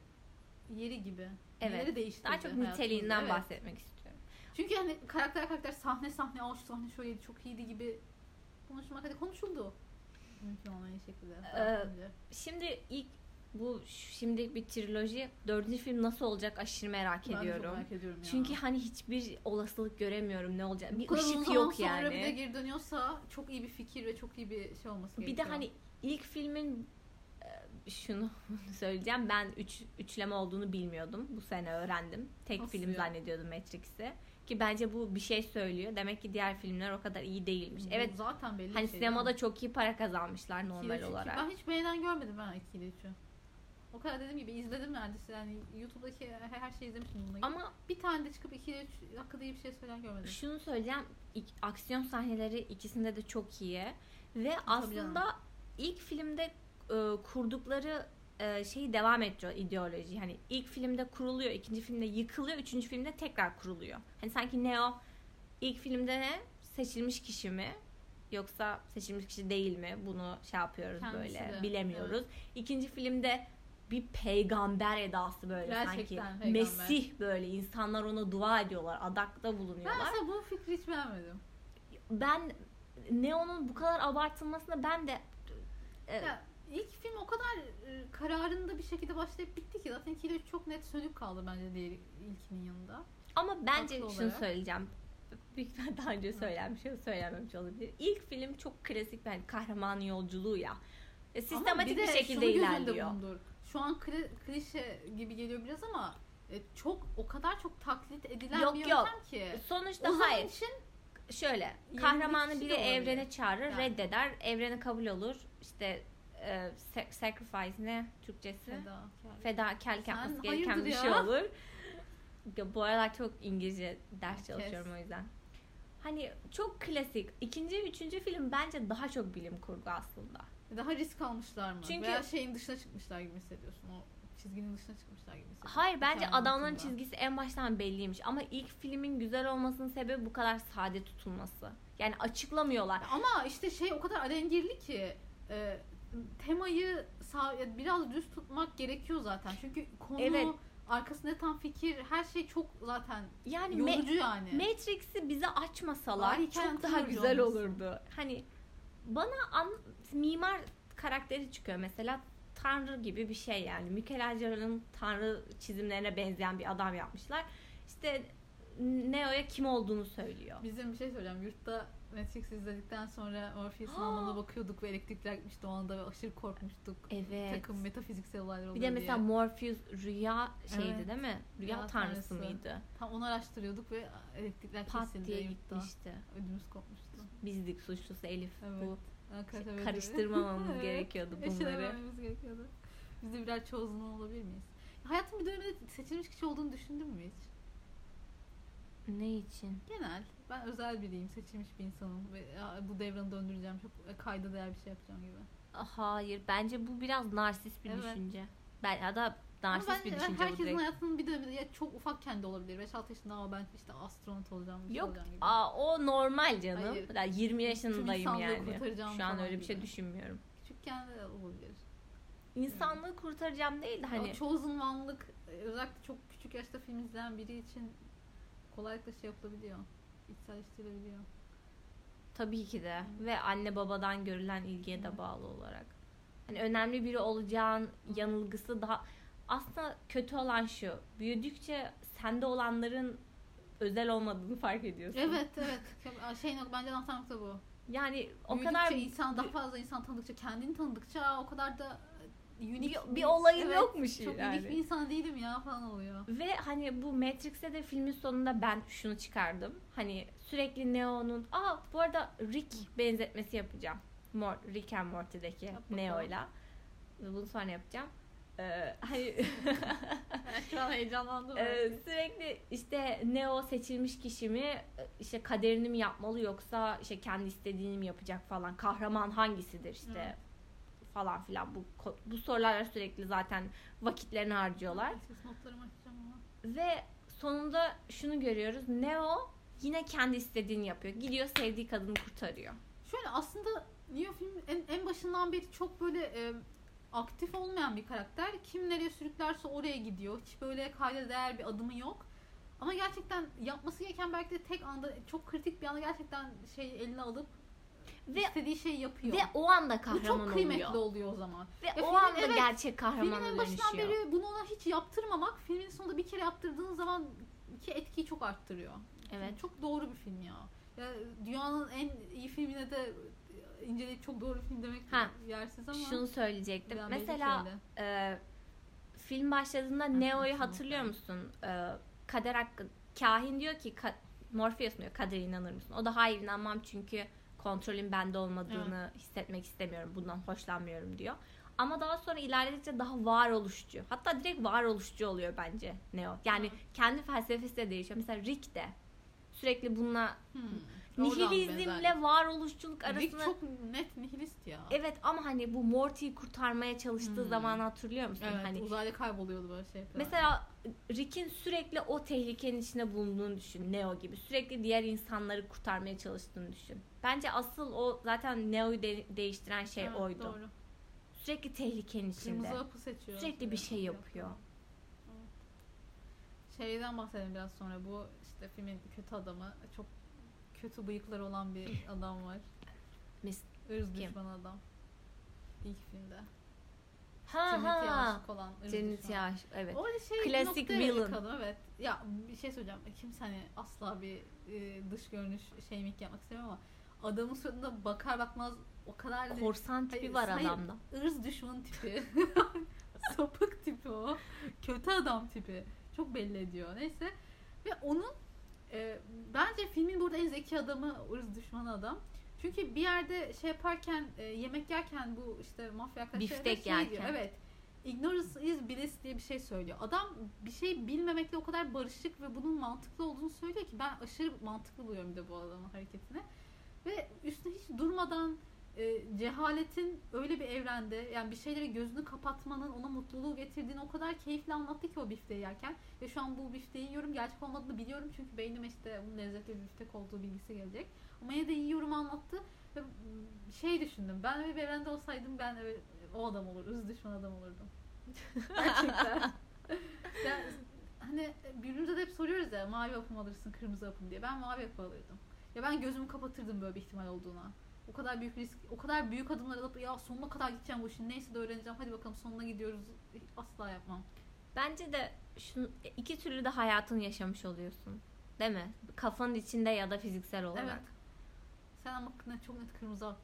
Speaker 2: yeri gibi.
Speaker 1: Evet.
Speaker 2: Neleri değiştirdi
Speaker 1: daha çok
Speaker 2: hayatımızda?
Speaker 1: niteliğinden
Speaker 2: Evet.
Speaker 1: bahsetmek istiyorum.
Speaker 2: Çünkü hani karakter karakter sahne sahne o şu sahne şöyleydi çok iyiydi gibi konuşmak hadi konuşuldu. Mümkün olmayan şekilde. Ee,
Speaker 1: Şimdi ilk bu şimdi bir triloji dördüncü film nasıl olacak aşırı merak ediyorum.
Speaker 2: merak ediyorum ya.
Speaker 1: Çünkü hani hiçbir olasılık göremiyorum ne olacak.
Speaker 2: Bu
Speaker 1: Bir
Speaker 2: kadar uzun
Speaker 1: ışık
Speaker 2: zaman
Speaker 1: yok
Speaker 2: sonra
Speaker 1: yani.
Speaker 2: bir de geri dönüyorsa çok iyi bir fikir ve çok iyi bir şey olması
Speaker 1: Bir de
Speaker 2: gerekiyor.
Speaker 1: hani ilk filmin e, şunu söyleyeceğim ben üç, üçleme olduğunu bilmiyordum. Bu sene öğrendim. Tek
Speaker 2: Nasıl
Speaker 1: film
Speaker 2: ya?
Speaker 1: zannediyordum Matrix'i. Ki bence bu bir şey söylüyor. Demek ki diğer filmler o kadar iyi değilmiş.
Speaker 2: Bu
Speaker 1: Evet
Speaker 2: zaten belli
Speaker 1: hani
Speaker 2: bir şey değil mi?
Speaker 1: sinemada çok iyi para kazanmışlar
Speaker 2: İkili
Speaker 1: normal
Speaker 2: üçü-
Speaker 1: olarak.
Speaker 2: Ben hiç beğenen görmedim ben ikili üçü. O kadar dediğim gibi izledim neredeyse yani YouTube'daki her her şeyi izlemiştim bununla. ilgili.
Speaker 1: Ama
Speaker 2: Bir tane de çıkıp 2 3 hakkında iyi bir şey söyleyen görmedim.
Speaker 1: şunu söyleyeceğim. ik- aksiyon sahneleri ikisinde de çok iyi. Ve
Speaker 2: canım.
Speaker 1: aslında ilk filmde e, kurdukları e, şeyi devam ediyor ideoloji. Hani ilk filmde kuruluyor, ikinci filmde yıkılıyor, üçüncü filmde tekrar kuruluyor. Hani sanki Neo ilk filmde ne? Seçilmiş kişi mi? Yoksa seçilmiş kişi değil mi? Bunu şey yapıyoruz
Speaker 2: Kendisi
Speaker 1: böyle.
Speaker 2: de,
Speaker 1: Bilemiyoruz. İkinci filmde bir peygamber edası böyle sanki.
Speaker 2: Gerçekten peygamber.
Speaker 1: Mesih böyle insanlar ona dua ediyorlar, adakta
Speaker 2: Ben
Speaker 1: bulunuyorlar.
Speaker 2: mesela bu fikri hiç beğenmedim.
Speaker 1: Ben Neo'nun bu kadar abartılmasına ben de e,
Speaker 2: Ya, ilk film o kadar e, kararında bir şekilde başlayıp bitti ki zaten 2 ile 3 çok net sönük kaldı bence diğer ilkinin yanında.
Speaker 1: Ama bence
Speaker 2: Haklı
Speaker 1: şunu
Speaker 2: olarak.
Speaker 1: söyleyeceğim. Büyük ihtimal daha önce söylenmiş ya da söylenmemiş olabilir. İlk film çok klasik bir hani kahraman yolculuğu ya. Ya
Speaker 2: Ama
Speaker 1: sistematik bir,
Speaker 2: de şunu
Speaker 1: şekilde
Speaker 2: göz önünde
Speaker 1: ilerliyor.
Speaker 2: bulundur. Şu an kli- klişe gibi geliyor biraz ama e, çok o kadar çok taklit edilen
Speaker 1: Yok,
Speaker 2: bir
Speaker 1: yok.
Speaker 2: yöntem ki.
Speaker 1: Sonuçta
Speaker 2: O zaman
Speaker 1: hayır.
Speaker 2: için
Speaker 1: Şöyle
Speaker 2: bir
Speaker 1: kahramanı
Speaker 2: kişi
Speaker 1: biri
Speaker 2: de olabilir.
Speaker 1: evrene çağırır,
Speaker 2: Yani.
Speaker 1: reddeder. Evrene kabul olur. İşte e, sa- sacrifice ne Türkçesi?
Speaker 2: fedakar.
Speaker 1: Fedakarlık
Speaker 2: Sen
Speaker 1: yapması gereken
Speaker 2: hayırdır
Speaker 1: bir
Speaker 2: ya?
Speaker 1: şey olur. Ya bu aralar çok İngilizce ders
Speaker 2: Kes.
Speaker 1: çalışıyorum o yüzden. Hani çok klasik. İkinci, üçüncü film bence daha çok bilim kurgu aslında.
Speaker 2: Daha risk almışlar mı?
Speaker 1: Çünkü-
Speaker 2: Veya şeyin dışına çıkmışlar gibi hissediyorsun. O çizginin dışına çıkmışlar gibi hissediyorsun.
Speaker 1: Hayır bence
Speaker 2: Hikayenin
Speaker 1: adamların
Speaker 2: içinde.
Speaker 1: çizgisi en baştan belliymiş ama ilk filmin güzel olmasının sebebi bu kadar sade tutulması. Yani açıklamıyorlar.
Speaker 2: Ama işte şey o kadar alengirli ki e, temayı sağ- biraz düz tutmak gerekiyor zaten. Çünkü konu
Speaker 1: Evet.
Speaker 2: arkasında tam fikir her şey çok zaten
Speaker 1: Yani me-
Speaker 2: yorucu yani.
Speaker 1: Matrix'i bize açmasalar
Speaker 2: Bari
Speaker 1: çok
Speaker 2: kendi
Speaker 1: daha
Speaker 2: yorucu
Speaker 1: güzel
Speaker 2: olmasın.
Speaker 1: olurdu. Hani bana an- mimar karakteri çıkıyor mesela Tanrı gibi bir şey yani. Michelangelo'nun Tanrı çizimlerine benzeyen bir adam yapmışlar. İşte Neo'ya kim olduğunu söylüyor.
Speaker 2: Bizim bir şey söyleyeceğim. Yurtta Matrix izledikten sonra Morpheus'un
Speaker 1: Aa!
Speaker 2: alnına bakıyorduk ve elektrikler gitmişti o anda ve aşırı korkmuştuk.
Speaker 1: Evet.
Speaker 2: Takım metafiziksel olaylar oluyor
Speaker 1: Bir de mesela
Speaker 2: diye.
Speaker 1: Morpheus rüya şeydi
Speaker 2: Evet.
Speaker 1: değil mi? Rüya,
Speaker 2: Rüya
Speaker 1: tanrısı,
Speaker 2: tanrısı.
Speaker 1: mıydı?
Speaker 2: Tam onu araştırıyorduk ve elektrikler
Speaker 1: Pat
Speaker 2: kesildi
Speaker 1: diye
Speaker 2: yurtta.
Speaker 1: gitmişti.
Speaker 2: Ödümüz kopmuştu.
Speaker 1: Bizdik suçlusu Elif bu.
Speaker 2: Evet. Hakikaten öyle.
Speaker 1: Şey, Karıştırmamamız
Speaker 2: Evet.
Speaker 1: gerekiyordu bunları.
Speaker 2: Eşelemememiz gerekiyordu. Biz de birer çozunu olabilir miyiz? Hayatın bir döneminde seçilmiş kişi olduğunu düşündün mü hiç?
Speaker 1: Ne için?
Speaker 2: Genel. Ben özel biriyim, seçilmiş bir insanım ve ya, bu devranı döndüreceğim, çok kayda değer bir şey yapacağım gibi.
Speaker 1: Hayır bence bu biraz narsist bir
Speaker 2: Evet.
Speaker 1: düşünce. Ben ya da narsist
Speaker 2: Ama ben-
Speaker 1: bir
Speaker 2: ben
Speaker 1: düşünce bu
Speaker 2: Herkesin
Speaker 1: direkt.
Speaker 2: hayatının bir döneminde ya çok ufakken de olabilir. 5-6 yaşında ama ben işte astronot olacağım, bir şey
Speaker 1: Yok
Speaker 2: olacağım gibi.
Speaker 1: aa, o normal canım.
Speaker 2: Hayır.
Speaker 1: Ben 20 yaşındayım
Speaker 2: insanlığı
Speaker 1: yani.
Speaker 2: kurtaracağım
Speaker 1: Şu an
Speaker 2: falan
Speaker 1: öyle bir şey
Speaker 2: gibi.
Speaker 1: düşünmüyorum.
Speaker 2: Küçükken de olabilir.
Speaker 1: İnsanlığı kurtaracağım değil de
Speaker 2: Hani...
Speaker 1: hani
Speaker 2: O chosen one'lık e, özellikle çok küçük yaşta film izleyen biri için kolaylıkla şey yapılabiliyor. İçselleştirilebiliyor.
Speaker 1: tabii ki de
Speaker 2: Hı.
Speaker 1: ve anne babadan görülen ilgiye de
Speaker 2: Evet.
Speaker 1: bağlı olarak. Hani önemli biri olacağın yanılgısı daha aslında kötü olan şu. Büyüdükçe sende olanların özel olmadığını fark ediyorsun.
Speaker 2: Evet evet. Şey yok bence anahtar nokta bu.
Speaker 1: Yani o
Speaker 2: Büyüdükçe
Speaker 1: kadar
Speaker 2: insan daha fazla insan tanıdıkça kendini tanıdıkça o kadar da e, unik
Speaker 1: bir, bir olayın
Speaker 2: evet,
Speaker 1: yokmuş
Speaker 2: Çok
Speaker 1: yani.
Speaker 2: unik bir insan değilim ya falan oluyor.
Speaker 1: Ve hani bu Matrix'te de filmin sonunda ben şunu çıkardım. Hani sürekli Neo'nun... Aa bu arada Rick benzetmesi yapacağım. Mor, Rick and Morty'deki
Speaker 2: Yap bakalım.
Speaker 1: Neo'yla. Ve Bunu sonra yapacağım. Ee, hani
Speaker 2: Ben şu an heyecanlandım.
Speaker 1: Ee, sürekli işte Neo seçilmiş kişi mi e, işte kaderini mi yapmalı yoksa işte kendi istediğini mi yapacak falan kahraman hangisidir işte
Speaker 2: Evet.
Speaker 1: falan filan bu ko- bu sorulara sürekli zaten vakitlerini harcıyorlar.
Speaker 2: Ses notlarımı açacağım ama.
Speaker 1: Ve sonunda şunu görüyoruz. Neo yine kendi istediğini yapıyor. Gidiyor sevdiği kadını kurtarıyor.
Speaker 2: Şöyle aslında Neo film en, en başından beri çok böyle e, aktif olmayan bir karakter. Kim nereye sürüklerse oraya gidiyor. Hiç böyle kayda değer bir adımı yok. Ama gerçekten yapması gereken belki de tek anda çok kritik bir anda gerçekten şey eline alıp
Speaker 1: Ve-
Speaker 2: istediği şeyi yapıyor.
Speaker 1: Ve o anda
Speaker 2: Bu
Speaker 1: kahraman
Speaker 2: çok kıymetli
Speaker 1: oluyor.
Speaker 2: oluyor, o zaman.
Speaker 1: Ve o
Speaker 2: filmin-
Speaker 1: anda
Speaker 2: evet,
Speaker 1: gerçek kahramana
Speaker 2: Filmin en başından
Speaker 1: dönüşüyor.
Speaker 2: beri bunu ona hiç yaptırmamak, filmin sonunda bir kere yaptırdığın zaman ki etkiyi çok arttırıyor.
Speaker 1: Evet.
Speaker 2: Çok doğru bir film ya. ya dünyanın en iyi filmine de inceleyip çok doğru film demek
Speaker 1: Ha,
Speaker 2: yersiz ama.
Speaker 1: Şunu söyleyecektim.
Speaker 2: Ben belli
Speaker 1: Mesela
Speaker 2: şöyle.
Speaker 1: e, film başladığında
Speaker 2: hı,
Speaker 1: Neo'yu
Speaker 2: tamam,
Speaker 1: hatırlıyor
Speaker 2: tamam.
Speaker 1: musun? E, kader hakkı kahin diyor ki ka- Morpheus diyor kadere inanır mısın? O da hayır inanmam çünkü kontrolün bende olmadığını hissetmek istemiyorum. Bundan hoşlanmıyorum diyor. Ama daha sonra ilerledikçe daha varoluşçu. Hatta direkt varoluşçu oluyor bence Neo. Yani
Speaker 2: Hı.
Speaker 1: kendi felsefesi de değişiyor. Mesela Rick de sürekli bununla
Speaker 2: Hmm. Oradan benzerlik.
Speaker 1: nihilizmle varoluşçuluk
Speaker 2: Rick
Speaker 1: arasında
Speaker 2: çok net nihilist ya.
Speaker 1: Evet ama hani bu Morty'yi kurtarmaya çalıştığı
Speaker 2: Hmm.
Speaker 1: zamanı hatırlıyor musun?
Speaker 2: Evet,
Speaker 1: hani
Speaker 2: uzayda kayboluyordu böyle şey. falan.
Speaker 1: Mesela Rick'in sürekli o tehlikenin içinde bulunduğunu düşün. Neo gibi. Sürekli diğer insanları kurtarmaya çalıştığını düşün. Bence asıl o zaten Neo'yu de- değiştiren şey
Speaker 2: Evet,
Speaker 1: oydu.
Speaker 2: Doğru.
Speaker 1: Sürekli tehlikenin içinde.
Speaker 2: Kırmızı apı seçiyor.
Speaker 1: Sürekli bir şey yapıyor.
Speaker 2: Evet. Şeyden bahsedelim biraz sonra. Bu işte filmin kötü adamı. Çok kötü bıyıkları olan bir adam var.
Speaker 1: Mis-
Speaker 2: Irz
Speaker 1: Kim?
Speaker 2: düşmanı adam. İlk filmde.
Speaker 1: Ha
Speaker 2: Timothy'ye
Speaker 1: ha.
Speaker 2: aşık olan ırz
Speaker 1: Cennet
Speaker 2: düşmanı.
Speaker 1: Yaş. Evet.
Speaker 2: Orada şey
Speaker 1: Klasik
Speaker 2: noktaya
Speaker 1: villain.
Speaker 2: yakaladım, evet. Ya bir şey söyleyeceğim. Kimse hani şey asla bir e, dış görünüş şeyimik yapmak istemiyorum ama adamın suratına bakar bakmaz o kadar da-
Speaker 1: Korsan tipi
Speaker 2: Hayır,
Speaker 1: var
Speaker 2: hayır.
Speaker 1: adamda.
Speaker 2: ırz düşmanı tipi. Sapık tipi o. Kötü adam tipi. Çok belli ediyor. Neyse. Ve onun e, bence filmin burada en zeki adamı o ırz düşmanı adam. Çünkü bir yerde şey yaparken e, yemek yerken bu işte mafya arkadaşları da
Speaker 1: Biftek
Speaker 2: şey diyor.
Speaker 1: yerken.
Speaker 2: Evet. Ignorance is bliss diye bir şey söylüyor. Adam bir şey bilmemekle o kadar barışık ve bunun mantıklı olduğunu söylüyor ki ben aşırı mantıklı buluyorum bir de bu adamın hareketini. Ve üstüne hiç durmadan e, cehaletin öyle bir evrende yani bir şeylere gözünü kapatmanın ona mutluluğu getirdiğini o kadar keyifle anlattı ki o bifteyi yerken. Ve şu an bu bifteyi yiyorum. Gerçek olmadığını biliyorum çünkü beynime işte bunun lezzetli bir biftek olduğu bilgisi gelecek. Ama yine de yiyorum anlattı. Ve mm, şey düşündüm. Ben öyle bir evrende olsaydım ben öyle, o adam olur. Öz düşman adam olurdum. Gerçekten. yani, hani birbirimize de hep soruyoruz ya mavi hapı mı alırsın kırmızı hapı mı diye. Ben mavi hapı alırdım. Ya ben gözümü kapatırdım böyle bir ihtimal olduğuna. O kadar büyük risk, o kadar büyük adımlar alıp ya sonuna kadar gideceğim bu işin neyse de öğreneceğim hadi bakalım sonuna gidiyoruz asla yapmam.
Speaker 1: Bence de şu iki türlü de hayatını yaşamış oluyorsun. Değil mi? Kafanın içinde ya da fiziksel olarak.
Speaker 2: Evet. Sen ama ne- çok net kırmızı hap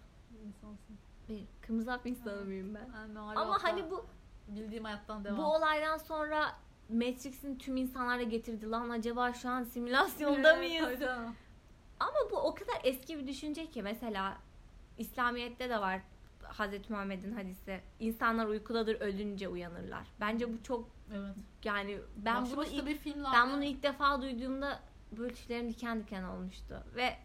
Speaker 2: insansın.
Speaker 1: Bir Kırmızı hap insanı
Speaker 2: Evet.
Speaker 1: mıyım ben?
Speaker 2: Ben mavi
Speaker 1: Ama
Speaker 2: hapla
Speaker 1: hani bu
Speaker 2: bildiğim hayattan devam.
Speaker 1: Bu olaydan sonra Matrix'in tüm insanlara getirdi lan acaba şu an simülasyonda mıyız?
Speaker 2: Evet, tabii canım.
Speaker 1: Ama bu o kadar eski bir düşünce ki mesela İslamiyet'te de var Hz. Muhammed'in hadisi. İnsanlar uykudadır ölünce uyanırlar. Bence bu çok
Speaker 2: Evet.
Speaker 1: yani ben
Speaker 2: Başlı
Speaker 1: bunu
Speaker 2: başına
Speaker 1: ilk,
Speaker 2: bir film
Speaker 1: ben bunu ilk defa duyduğumda böyle tüylerim diken diken olmuştu ve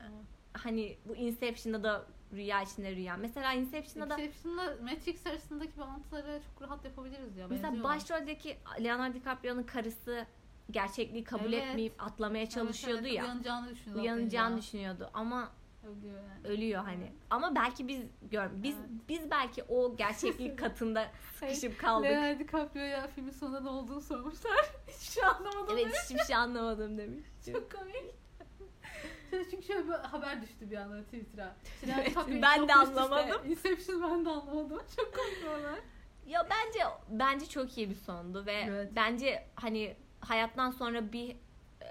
Speaker 1: hani bu Inception'da da rüya içinde rüya. Mesela Inception'da da
Speaker 2: Inception'la Matrix arasındaki bağlantıları çok rahat yapabiliriz ya.
Speaker 1: Mesela
Speaker 2: benziyorlar.
Speaker 1: başroldeki Leonardo DiCaprio'nun karısı gerçekliği kabul
Speaker 2: Evet.
Speaker 1: etmeyip atlamaya
Speaker 2: Evet,
Speaker 1: çalışıyordu
Speaker 2: evet,
Speaker 1: ya.
Speaker 2: Uyanacağını düşünüyor. zaten
Speaker 1: uyanacağını
Speaker 2: ya.
Speaker 1: düşünüyordu ama
Speaker 2: Ölüyor yani.
Speaker 1: ölüyor hani.
Speaker 2: Evet.
Speaker 1: Ama belki biz gör biz
Speaker 2: Evet.
Speaker 1: biz belki o gerçeklik katında sıkışıp kaldık.
Speaker 2: Leonardo DiCaprio'ya filmin sonunda ne olduğunu sormuşlar. Hiçbir şey anlamadım.
Speaker 1: evet hiçbir şey anlamadım demiş.
Speaker 2: Çok komik. Şöyle- Çünkü şöyle bir haber düştü bir anda Twitter'a. İşte
Speaker 1: Evet,
Speaker 2: Leonardo DiCaprio
Speaker 1: ben de
Speaker 2: yapmıştı işte.
Speaker 1: anlamadım.
Speaker 2: Inception ben de anlamadım. Çok komik bir haber.
Speaker 1: Ya bence bence çok iyi bir sondu ve
Speaker 2: Evet.
Speaker 1: bence hani hayattan sonra bir e,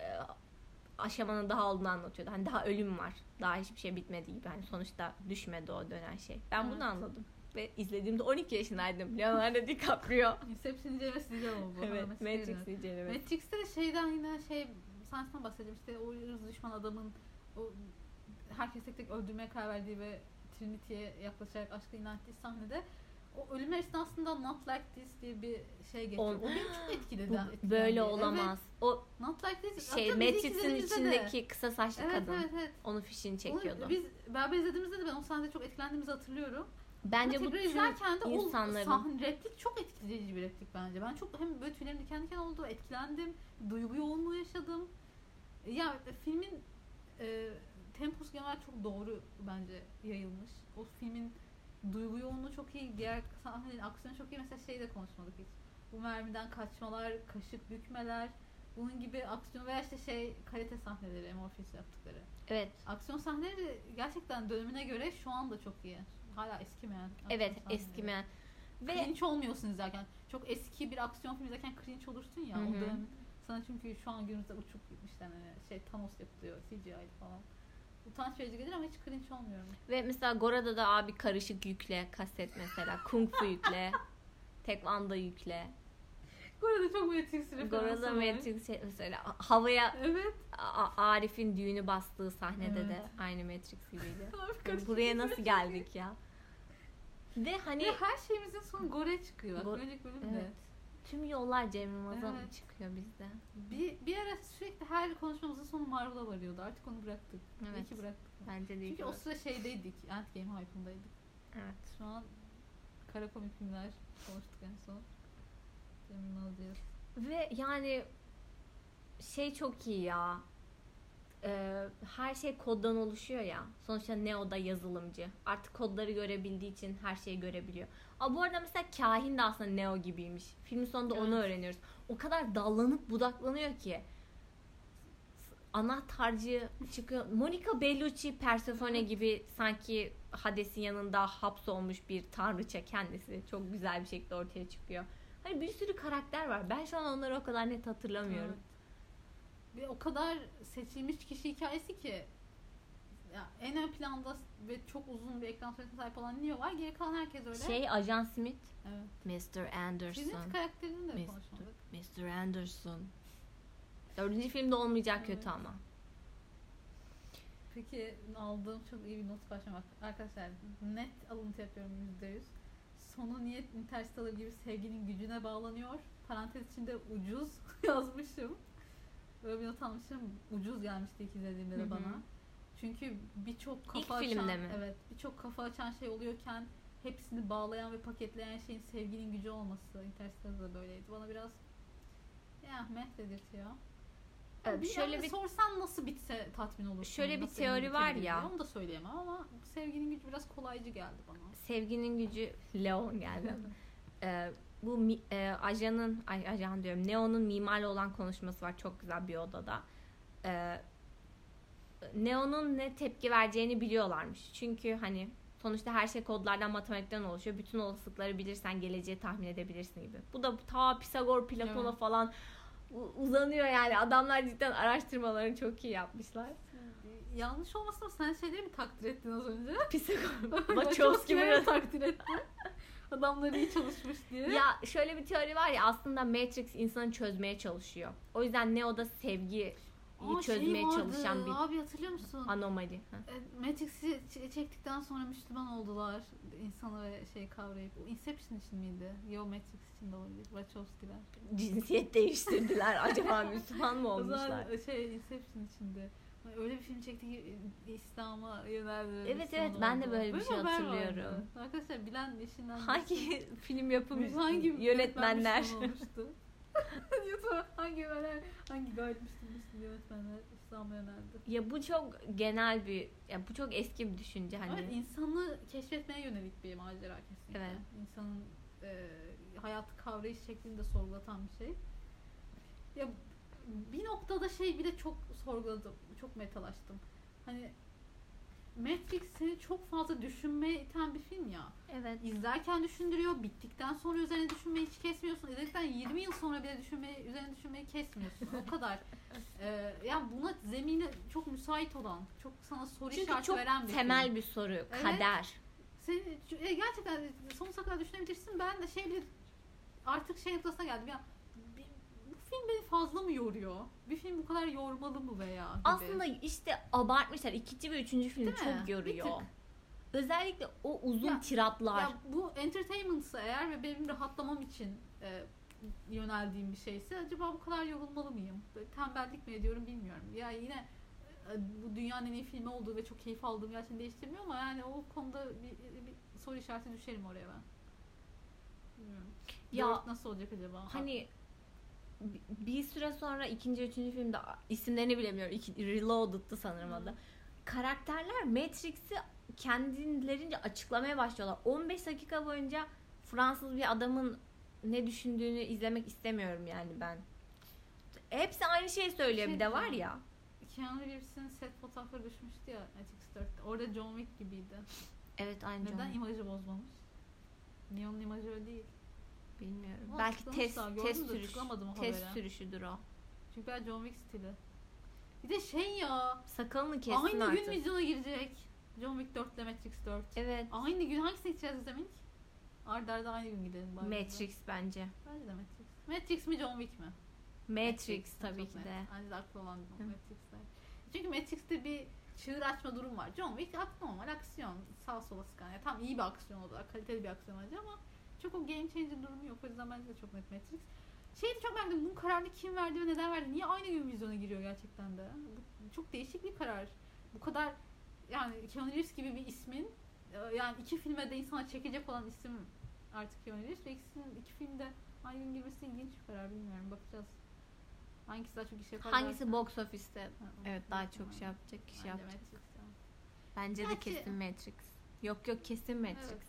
Speaker 1: aşamanın daha olduğunu anlatıyordu. Hani daha ölüm var. Daha hiçbir şey bitmedi gibi. Hani sonuçta düşmedi o dönen şey. Ben
Speaker 2: Evet.
Speaker 1: bunu anladım. Ve izlediğimde 12 yaşındaydım. Leonardo DiCaprio.
Speaker 2: Inception incelemesi değil ama bu.
Speaker 1: evet.
Speaker 2: Ha, Matrix incelemesi.
Speaker 1: Matrix incelemesi.
Speaker 2: Matrix'te de şeyden yine şey sahnesinden bahsedeceğim işte o ırz düşman adamın o herkes tek tek öldürmeye karar verdiği ve Trinity'ye yaklaşarak aşka inan ettiği sahnede o ölüm esnasında Not Like This diye bir şey geçiyor.
Speaker 1: On-
Speaker 2: O beni çok etkiledi.
Speaker 1: Bu
Speaker 2: etkilendi.
Speaker 1: böyle
Speaker 2: Evet,
Speaker 1: olamaz. O
Speaker 2: Not Like This.
Speaker 1: şey
Speaker 2: hatta biz
Speaker 1: Matrix'in
Speaker 2: izlediğimizde de-
Speaker 1: içindeki kısa saçlı
Speaker 2: evet,
Speaker 1: kadın.
Speaker 2: Evet evet.
Speaker 1: Onun fişini
Speaker 2: Onu
Speaker 1: çekiyordu.
Speaker 2: biz beraber izlediğimizde de ben o sahnede çok etkilendiğimizi hatırlıyorum.
Speaker 1: Bence
Speaker 2: Ama
Speaker 1: bu
Speaker 2: tekrar
Speaker 1: tür
Speaker 2: izlerken de o
Speaker 1: insanların-
Speaker 2: sahne replik çok etkileyici bir replik bence. Ben çok hem böyle tüylerim diken diken oldu, etkilendim, duygu yoğunluğu yaşadım. Ya filmin e, temposu genel çok doğru bence yayılmış. O filmin duygu yoğunluğu çok iyi, diğer sahnenin aksiyonu çok iyi. Mesela şey de konuşmadık hiç. Bu mermiden kaçmalar, kaşık bükmeler, bunun gibi aksiyon veya işte şey kalite sahneleri, Morpheus yaptıkları.
Speaker 1: evet.
Speaker 2: Aksiyon sahneleri de gerçekten dönemine göre şu anda çok iyi. Hala eskimeyen. aksiyon
Speaker 1: Evet,
Speaker 2: sahneleri.
Speaker 1: eskimeyen. Ve
Speaker 2: Cringe olmuyorsun izlerken. Çok eski bir aksiyon filmi izlerken cringe olursun ya.
Speaker 1: Hı
Speaker 2: O
Speaker 1: hı.
Speaker 2: dönem sana çünkü şu an günümüzde uçuk gitmişler. Hani şey Thanos yapılıyor CGI falan. Utanç verici gelir ama hiç cringe olmuyorum.
Speaker 1: Ve mesela Gora'da da abi karışık yükle kaset mesela. Kung fu yükle. Tekvanda yükle.
Speaker 2: Gora'da çok Matrix referansı
Speaker 1: Gora'da
Speaker 2: var.
Speaker 1: Matrix şey- mesela havaya
Speaker 2: Evet.
Speaker 1: A- A- Arif'in düğünü bastığı sahnede de
Speaker 2: Evet.
Speaker 1: aynı Matrix gibiydi.
Speaker 2: Abi
Speaker 1: Yani
Speaker 2: karışık
Speaker 1: buraya
Speaker 2: bir
Speaker 1: nasıl
Speaker 2: şey.
Speaker 1: geldik ya? Ve hani
Speaker 2: Ve her şeyimizin sonu Gore çıkıyor. Bak,
Speaker 1: Gore-
Speaker 2: Önceki bölümde.
Speaker 1: Evet. tüm yollar Cem Yılmaz'a mı
Speaker 2: Evet.
Speaker 1: çıkıyor bizde?
Speaker 2: Bir, bir ara sürekli her konuşmamızın sonu Marvel'a varıyordu. Artık onu bıraktık. Evet. İyi
Speaker 1: Evet.
Speaker 2: ki bıraktık.
Speaker 1: Bence değil.
Speaker 2: Çünkü o sıra şeydeydik. Endgame hype'ındaydık.
Speaker 1: Evet.
Speaker 2: Şu an kara komik filmler konuştuk en son. Cem Yılmaz diye.
Speaker 1: Ve yani şey çok iyi ya. Ee, her şey koddan oluşuyor ya. Sonuçta Neo da yazılımcı. Artık kodları görebildiği için her şeyi görebiliyor. Aa, bu arada mesela kahin de aslında Neo gibiymiş. Filmin sonunda onu
Speaker 2: Evet.
Speaker 1: öğreniyoruz. O kadar dallanıp budaklanıyor ki. Anahtarcı çıkıyor. Monica Bellucci Persephone gibi sanki Hades'in yanında hapsolmuş bir tanrıça kendisi. Çok güzel bir şekilde ortaya çıkıyor. Hani bir sürü karakter var. Ben şu an onları o kadar net hatırlamıyorum.
Speaker 2: Evet. Ve o kadar seçilmiş kişi hikayesi ki ya en ön planda ve çok uzun bir ekran süresine sahip olan Neo var. Geri kalan herkes öyle.
Speaker 1: Şey Ajan Smith,
Speaker 2: Evet.
Speaker 1: Mr.
Speaker 2: Zenith
Speaker 1: Anderson,
Speaker 2: karakterini de
Speaker 1: Mesut.
Speaker 2: konuşmadık.
Speaker 1: Mr. Anderson. Dördüncü filmde olmayacak
Speaker 2: Evet.
Speaker 1: kötü ama.
Speaker 2: Peki aldığım çok iyi bir not başlamak. Arkadaşlar net alıntı yapıyorum %100. Sonu niyet Interstellar gibi sevginin gücüne bağlanıyor. Parantez içinde ucuz yazmışım. Böyle bir not almışım. Ucuz gelmişti ilk izlediğimde
Speaker 1: Hı
Speaker 2: de
Speaker 1: hı.
Speaker 2: bana. Çünkü birçok kafa açan,
Speaker 1: filmde mi?
Speaker 2: evet, birçok kafa açan şey oluyorken hepsini bağlayan ve paketleyen şeyin sevginin gücü olması Interstellar'da böyleydi. Bana biraz ya meh dedirtiyor.
Speaker 1: Evet,
Speaker 2: bir
Speaker 1: şöyle
Speaker 2: yani
Speaker 1: bir-
Speaker 2: sorsan nasıl bitse tatmin olursun.
Speaker 1: Şöyle bir
Speaker 2: nasıl elini
Speaker 1: teori var
Speaker 2: bitirebilir
Speaker 1: ya.
Speaker 2: diye. Onu da söyleyemem ama sevginin gücü biraz kolaycı geldi bana.
Speaker 1: Sevginin gücü Leon geldi. Ee, bu mi- e, ajanın, ay ajan diyorum, Neo'nun mimarla olan konuşması var çok güzel bir odada. Ee, Neo'nun ne tepki vereceğini biliyorlarmış. Çünkü hani sonuçta her şey kodlardan, matematikten oluşuyor. Bütün olasılıkları bilirsen geleceği tahmin edebilirsin gibi. Bu da ta Pisagor, Platon'a
Speaker 2: Evet.
Speaker 1: falan u- uzanıyor yani. Adamlar cidden araştırmalarını çok iyi yapmışlar.
Speaker 2: Yanlış olmasın ama sen şeyleri mi takdir ettin az önce?
Speaker 1: Pisagor,
Speaker 2: Wachowski'leri
Speaker 1: Wachowski'leri
Speaker 2: mi takdir ettin? Adamlar iyi çalışmış diye.
Speaker 1: Ya şöyle bir teori var ya aslında Matrix insanı çözmeye çalışıyor. O yüzden Neo da sevgiyi
Speaker 2: Aa, şey
Speaker 1: çözmeye
Speaker 2: vardı,
Speaker 1: çalışan bir
Speaker 2: Abi hatırlıyor musun?
Speaker 1: anomali. Ha.
Speaker 2: E, Matrix'i ç- çektikten sonra Müslüman oldular. İnsanı ve şey kavrayıp. O Inception için miydi? Yo Matrix için de olabilir. Wachowski'ler.
Speaker 1: Cinsiyet değiştirdiler. Acaba Müslüman mı
Speaker 2: O
Speaker 1: olmuşlar?
Speaker 2: zaman şey Inception içinde. Öyle bir film çekti ki e, İslam'a yöneldi.
Speaker 1: Evet, evet, ben de böyle bir şey
Speaker 2: haber
Speaker 1: hatırlıyorum.
Speaker 2: vardı. Arkadaşlar bilen işinden
Speaker 1: Hangi film yapımı
Speaker 2: hangi
Speaker 1: yönetmenler?
Speaker 2: şey Müslüman olmuştu? YouTube'a hangi yönetmenler hangi gayet Müslüman Müslüman yönetmenler İslam'a yöneldi?
Speaker 1: ya bu çok genel bir ya bu çok eski bir düşünce hani.
Speaker 2: Evet insanı keşfetmeye yönelik bir macera kesinlikle.
Speaker 1: Evet.
Speaker 2: İnsanın e, hayatı kavrayış şeklini de sorgulatan bir şey. Ya bir noktada şey bir de çok sorguladım. Çok metalaştım. Hani Matrix seni çok fazla düşünmeye iten bir film ya.
Speaker 1: evet.
Speaker 2: İzlerken düşündürüyor. Bittikten sonra üzerine düşünmeyi hiç kesmiyorsun. İzledikten 20 yıl sonra bile düşünmeyi, üzerine düşünmeyi kesmiyorsun. O kadar. Ee, yani buna zemine çok müsait olan, çok sana soru
Speaker 1: Çünkü
Speaker 2: işareti
Speaker 1: çok
Speaker 2: veren bir film.
Speaker 1: temel bir soru. Kader.
Speaker 2: Sen e, gerçekten sonsuza kadar düşünebilirsin. Ben de şey bile artık şey noktasına geldim ya. bi- Bu film beni fazla mı yoruyor? Bir film bu kadar yormalı mı veya? Gibi.
Speaker 1: Aslında işte abartmışlar. İkinci ve üçüncü film
Speaker 2: Değil mi?
Speaker 1: çok
Speaker 2: Bir
Speaker 1: yoruyor. Özellikle o uzun
Speaker 2: Ya-
Speaker 1: tiratlar.
Speaker 2: ya bu entertainment'sa eğer ve benim rahatlamam için e, yöneldiğim bir şeyse acaba bu kadar yorulmalı mıyım? Böyle tembellik mi ediyorum bilmiyorum. Ya yine e, bu dünyanın en iyi filmi olduğu ve çok keyif aldığım gerçeğini değiştirmiyor ama yani o konuda bir, bir soru işareti düşerim oraya ben. Bilmiyorum.
Speaker 1: Ya-
Speaker 2: Dört nasıl olacak acaba?
Speaker 1: hani bi- bir süre sonra ikinci, üçüncü filmde isimlerini bilemiyorum. İki, Reloaded'tı sanırım
Speaker 2: Hı.
Speaker 1: adı. Karakterler Matrix'i kendilerince açıklamaya başlıyorlar. 15 dakika boyunca Fransız bir adamın ne düşündüğünü izlemek istemiyorum yani ben. Hepsi aynı şeyi söylüyor
Speaker 2: Şey
Speaker 1: bir de var
Speaker 2: diyeceğim.
Speaker 1: ya.
Speaker 2: Keanu Reeves'in set fotoğrafları düşmüştü ya Matrix 4'te. Orada John Wick gibiydi.
Speaker 1: Evet aynı
Speaker 2: Neden
Speaker 1: canlı.
Speaker 2: imajı bozmamış? Neon'un imajı öyle değil.
Speaker 1: Bilmiyorum.
Speaker 2: Ama
Speaker 1: Belki test
Speaker 2: açıklamışlar, gördüm
Speaker 1: test
Speaker 2: de
Speaker 1: sürüş.
Speaker 2: tıklamadım o
Speaker 1: Test
Speaker 2: habere.
Speaker 1: sürüşüdür o.
Speaker 2: Çünkü ben John Wick stili. Bir de şey ya.
Speaker 1: Sakalını kessin
Speaker 2: aynı
Speaker 1: artık.
Speaker 2: gün vizyona girecek. John Wick 4 ile Matrix 4.
Speaker 1: evet.
Speaker 2: Aynı gün hangisini gideceğiz izlemek? Arda arda aynı gün gidelim bari.
Speaker 1: Matrix bence.
Speaker 2: Bence de Matrix. Matrix mi John Wick mi?
Speaker 1: Matrix tabii
Speaker 2: çok
Speaker 1: ki
Speaker 2: net.
Speaker 1: de.
Speaker 2: Bence de aklı olan
Speaker 1: Hı.
Speaker 2: Matrix'ler. Çünkü Matrix'te bir çığır açma durum var. John Wick aklı normal aksiyon. Sağ sola sıkan. Yani tam iyi bir aksiyon oldu. Kaliteli bir aksiyon oldu ama çok o game changer durumu yok. O yüzden bence de çok net Matrix. Şey de çok merak ediyorum. Bunun kararını kim verdi ve neden verdi? Niye aynı gün vizyona giriyor gerçekten de? Bu çok değişik bir karar. Bu kadar yani Keanu Reeves gibi bir ismin e, yani iki filme de insana çekecek olan isim artık Keanu Reeves ve ikisinin iki filmde aynı gün girmesi ilginç bir karar bilmiyorum bakacağız. Hangisi daha çok iş yapar?
Speaker 1: Hangisi
Speaker 2: dersen-
Speaker 1: box office'te?
Speaker 2: Ha, o.
Speaker 1: Evet daha çok şey
Speaker 2: Aynen.
Speaker 1: yapacak kişi
Speaker 2: Bence
Speaker 1: yapacak.
Speaker 2: Matrix ya.
Speaker 1: Bence de
Speaker 2: Gerçi-
Speaker 1: kesin Matrix. Yok yok kesin Matrix.
Speaker 2: Evet.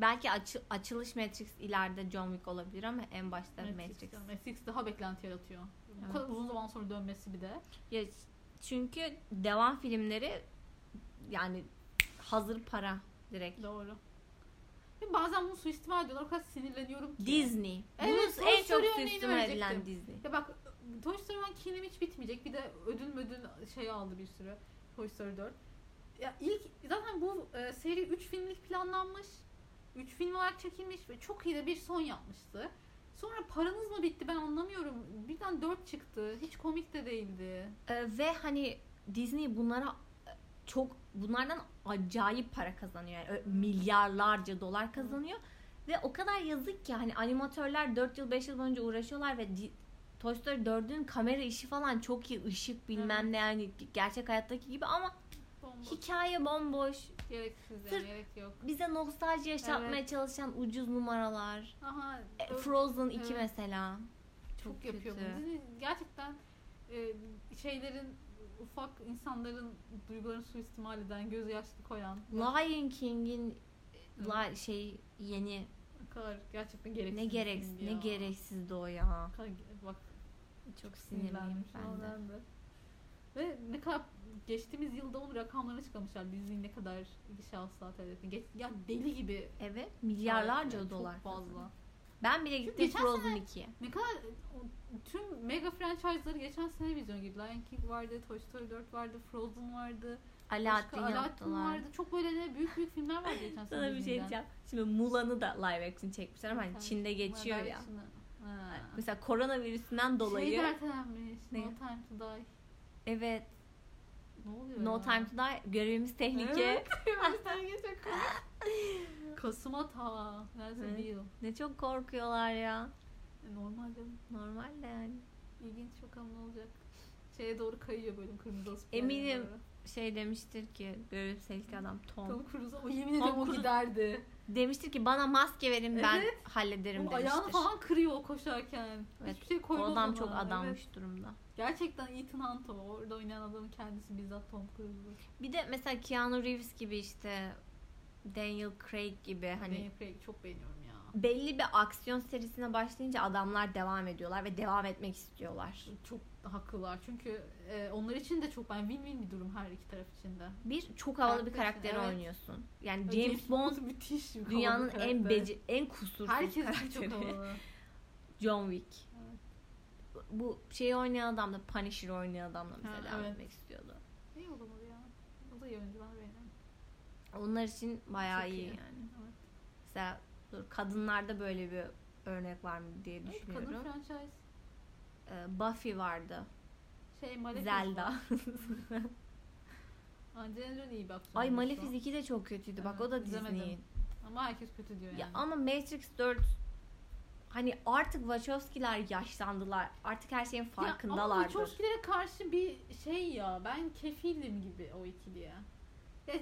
Speaker 1: Belki açı- açılış Matrix ileride John Wick olabilir ama en başta Matrix.
Speaker 2: Matrix. ya. Matrix daha beklenti yaratıyor. Bu
Speaker 1: Evet.
Speaker 2: kadar uzun zaman sonra dönmesi bir de.
Speaker 1: Ya çünkü devam filmleri yani hazır para direkt.
Speaker 2: Doğru. Ve bazen bunu suistimal ediyorlar. O kadar sinirleniyorum ki.
Speaker 1: Disney.
Speaker 2: Evet,
Speaker 1: Bunu
Speaker 2: Toy
Speaker 1: en çok
Speaker 2: Story örneğini
Speaker 1: suistimal edilen
Speaker 2: verecektim.
Speaker 1: Disney.
Speaker 2: Ya bak Toy Story 1 kinim hiç bitmeyecek. Bir de ödül müdül şey aldı bir sürü. Toy Story 4. Ya ilk zaten bu e, seri 3 filmlik planlanmış. 3 film olarak çekilmiş ve çok iyi de bir son yapmıştı. Sonra paranız mı bitti ben anlamıyorum. Birden 4 çıktı. Hiç komik de değildi.
Speaker 1: Ee, ve hani Disney bunlara e, çok bunlardan acayip para kazanıyor. Yani ö- milyarlarca dolar kazanıyor. Ve o kadar yazık ki hani animatörler 4 yıl 5 yıl boyunca uğraşıyorlar ve di- Toy Story 4'ün kamera işi falan çok iyi. ışık bilmem ne yani gerçek hayattaki gibi ama
Speaker 2: Bomba.
Speaker 1: hikaye bomboş.
Speaker 2: Gereksiz yani
Speaker 1: Sırf-
Speaker 2: gerek yok.
Speaker 1: Bize nostalji yaşatmaya çalışan ucuz numaralar.
Speaker 2: Aha,
Speaker 1: E,
Speaker 2: ö-
Speaker 1: Frozen 2
Speaker 2: Evet.
Speaker 1: mesela.
Speaker 2: çok,
Speaker 1: Çok
Speaker 2: yapıyor
Speaker 1: kötü.
Speaker 2: bunu. Disney Gerçekten e, şeylerin ufak insanların duygularını suistimal eden, gözyaşlı koyan
Speaker 1: Lion King'in
Speaker 2: Evet.
Speaker 1: la, şey yeni
Speaker 2: ne kadar gerçekten gereksiz.
Speaker 1: ne
Speaker 2: bir
Speaker 1: gereksiz
Speaker 2: filmdi
Speaker 1: ne
Speaker 2: ya.
Speaker 1: gereksizdi o ya.
Speaker 2: Ne kadar- Bak
Speaker 1: Çok sinirliyim
Speaker 2: sinirlendim şu an
Speaker 1: ben de.
Speaker 2: ben de. Ve ne kadar geçtiğimiz yılda onun rakamlarını çıkarmışlar. Disney ne kadar gişe asla ettiğini. Geç, ya deli gibi.
Speaker 1: Evet milyarlarca
Speaker 2: Çok
Speaker 1: dolar.
Speaker 2: fazla.
Speaker 1: Ben bile gittim
Speaker 2: geçen
Speaker 1: Frozen 2'ye.
Speaker 2: Ne kadar o- tüm mega franchise'ları geçen sene vizyon girdi. Lion King vardı, Toy Story 4 vardı, Frozen vardı.
Speaker 1: Alaaddin
Speaker 2: Başka Aladdin
Speaker 1: yaptılar.
Speaker 2: vardı. Çok böyle ne büyük büyük filmler vardı geçen sene.
Speaker 1: Sana bir şey
Speaker 2: Disney'den.
Speaker 1: diyeceğim. Şimdi Mulan'ı da live action çekmişler ama hani
Speaker 2: Zaten
Speaker 1: Çin'de geçiyor
Speaker 2: bunlar
Speaker 1: ya.
Speaker 2: hepsini- Ha.
Speaker 1: Mesela koronavirüsünden dolayı.
Speaker 2: Şey de ertelenmiş.
Speaker 1: Ne?
Speaker 2: No Time to Die.
Speaker 1: evet.
Speaker 2: Ne oluyor
Speaker 1: No
Speaker 2: ya?
Speaker 1: Time to Die görevimiz tehlike.
Speaker 2: Evet. Sen geçen Kasım'a ta. Neredeyse
Speaker 1: Evet.
Speaker 2: bir yıl.
Speaker 1: Ne çok korkuyorlar ya.
Speaker 2: E, Normal canım.
Speaker 1: Normal de yani.
Speaker 2: İlginç bakalım ne olacak. Şeye doğru kayıyor bölüm kırmızı asıklara
Speaker 1: Eminim.
Speaker 2: doğru.
Speaker 1: Şey demiştir ki görev tehlike adam Tom.
Speaker 2: Tom Cruise o yemin ederim
Speaker 1: Tom
Speaker 2: o
Speaker 1: Cruise-
Speaker 2: giderdi.
Speaker 1: Demiştir ki bana maske verin ben
Speaker 2: Evet.
Speaker 1: hallederim
Speaker 2: O
Speaker 1: demiştir.
Speaker 2: ayağını falan kırıyor o koşarken.
Speaker 1: Evet,
Speaker 2: Hiçbir şey
Speaker 1: O
Speaker 2: koymaz
Speaker 1: adam
Speaker 2: ona.
Speaker 1: çok
Speaker 2: Evet.
Speaker 1: adammış durumda.
Speaker 2: Gerçekten Ethan Hunt o. Orada oynayan adamın kendisi bizzat Tom Cruise'dur.
Speaker 1: Bir de mesela Keanu Reeves gibi işte Daniel Craig gibi hani
Speaker 2: Daniel Craig'i çok beğeniyorum ya.
Speaker 1: belli bir aksiyon serisine başlayınca adamlar devam ediyorlar ve devam etmek istiyorlar.
Speaker 2: Çok haklılar çünkü e, onlar için de çok ben win-win bir durum her iki taraf için de.
Speaker 1: Bir çok havalı bir
Speaker 2: Haklısın,
Speaker 1: karakter
Speaker 2: evet.
Speaker 1: oynuyorsun. Yani James Bond
Speaker 2: müthiş bir
Speaker 1: dünyanın
Speaker 2: karakter.
Speaker 1: en beci, en kusursuz
Speaker 2: Herkes çok
Speaker 1: karakteri.
Speaker 2: havalı.
Speaker 1: John Wick.
Speaker 2: Evet.
Speaker 1: Bu şeyi oynayan adam da Punisher oynayan adam da mesela
Speaker 2: Ha,
Speaker 1: devam
Speaker 2: evet.
Speaker 1: etmek istiyordu.
Speaker 2: İyi olamadı ya. O da iyi oyuncu ben beğendim.
Speaker 1: Onlar için bayağı
Speaker 2: Çok
Speaker 1: iyi,
Speaker 2: iyi.
Speaker 1: yani.
Speaker 2: Evet.
Speaker 1: Mesela dur, kadınlarda böyle bir örnek var mı diye
Speaker 2: Evet,
Speaker 1: düşünüyorum.
Speaker 2: kadın franchise
Speaker 1: Ee, Buffy vardı.
Speaker 2: şey Malefiz.
Speaker 1: Zelda.
Speaker 2: Angelina Jolie iyi bir aktör.
Speaker 1: Ay
Speaker 2: oyuncusu.
Speaker 1: Malefic 2 de çok kötüydü. Bak
Speaker 2: Evet,
Speaker 1: o da
Speaker 2: izlemedim.
Speaker 1: Disney'in.
Speaker 2: Ama herkes kötü diyor yani.
Speaker 1: Ya ama Matrix 4 hani artık Wachowski'ler yaşlandılar. Artık her şeyin
Speaker 2: Ama
Speaker 1: farkındalardır.
Speaker 2: Wachowski'lere karşı bir şey ya. Ben kefilim gibi o ikiliye. Ya,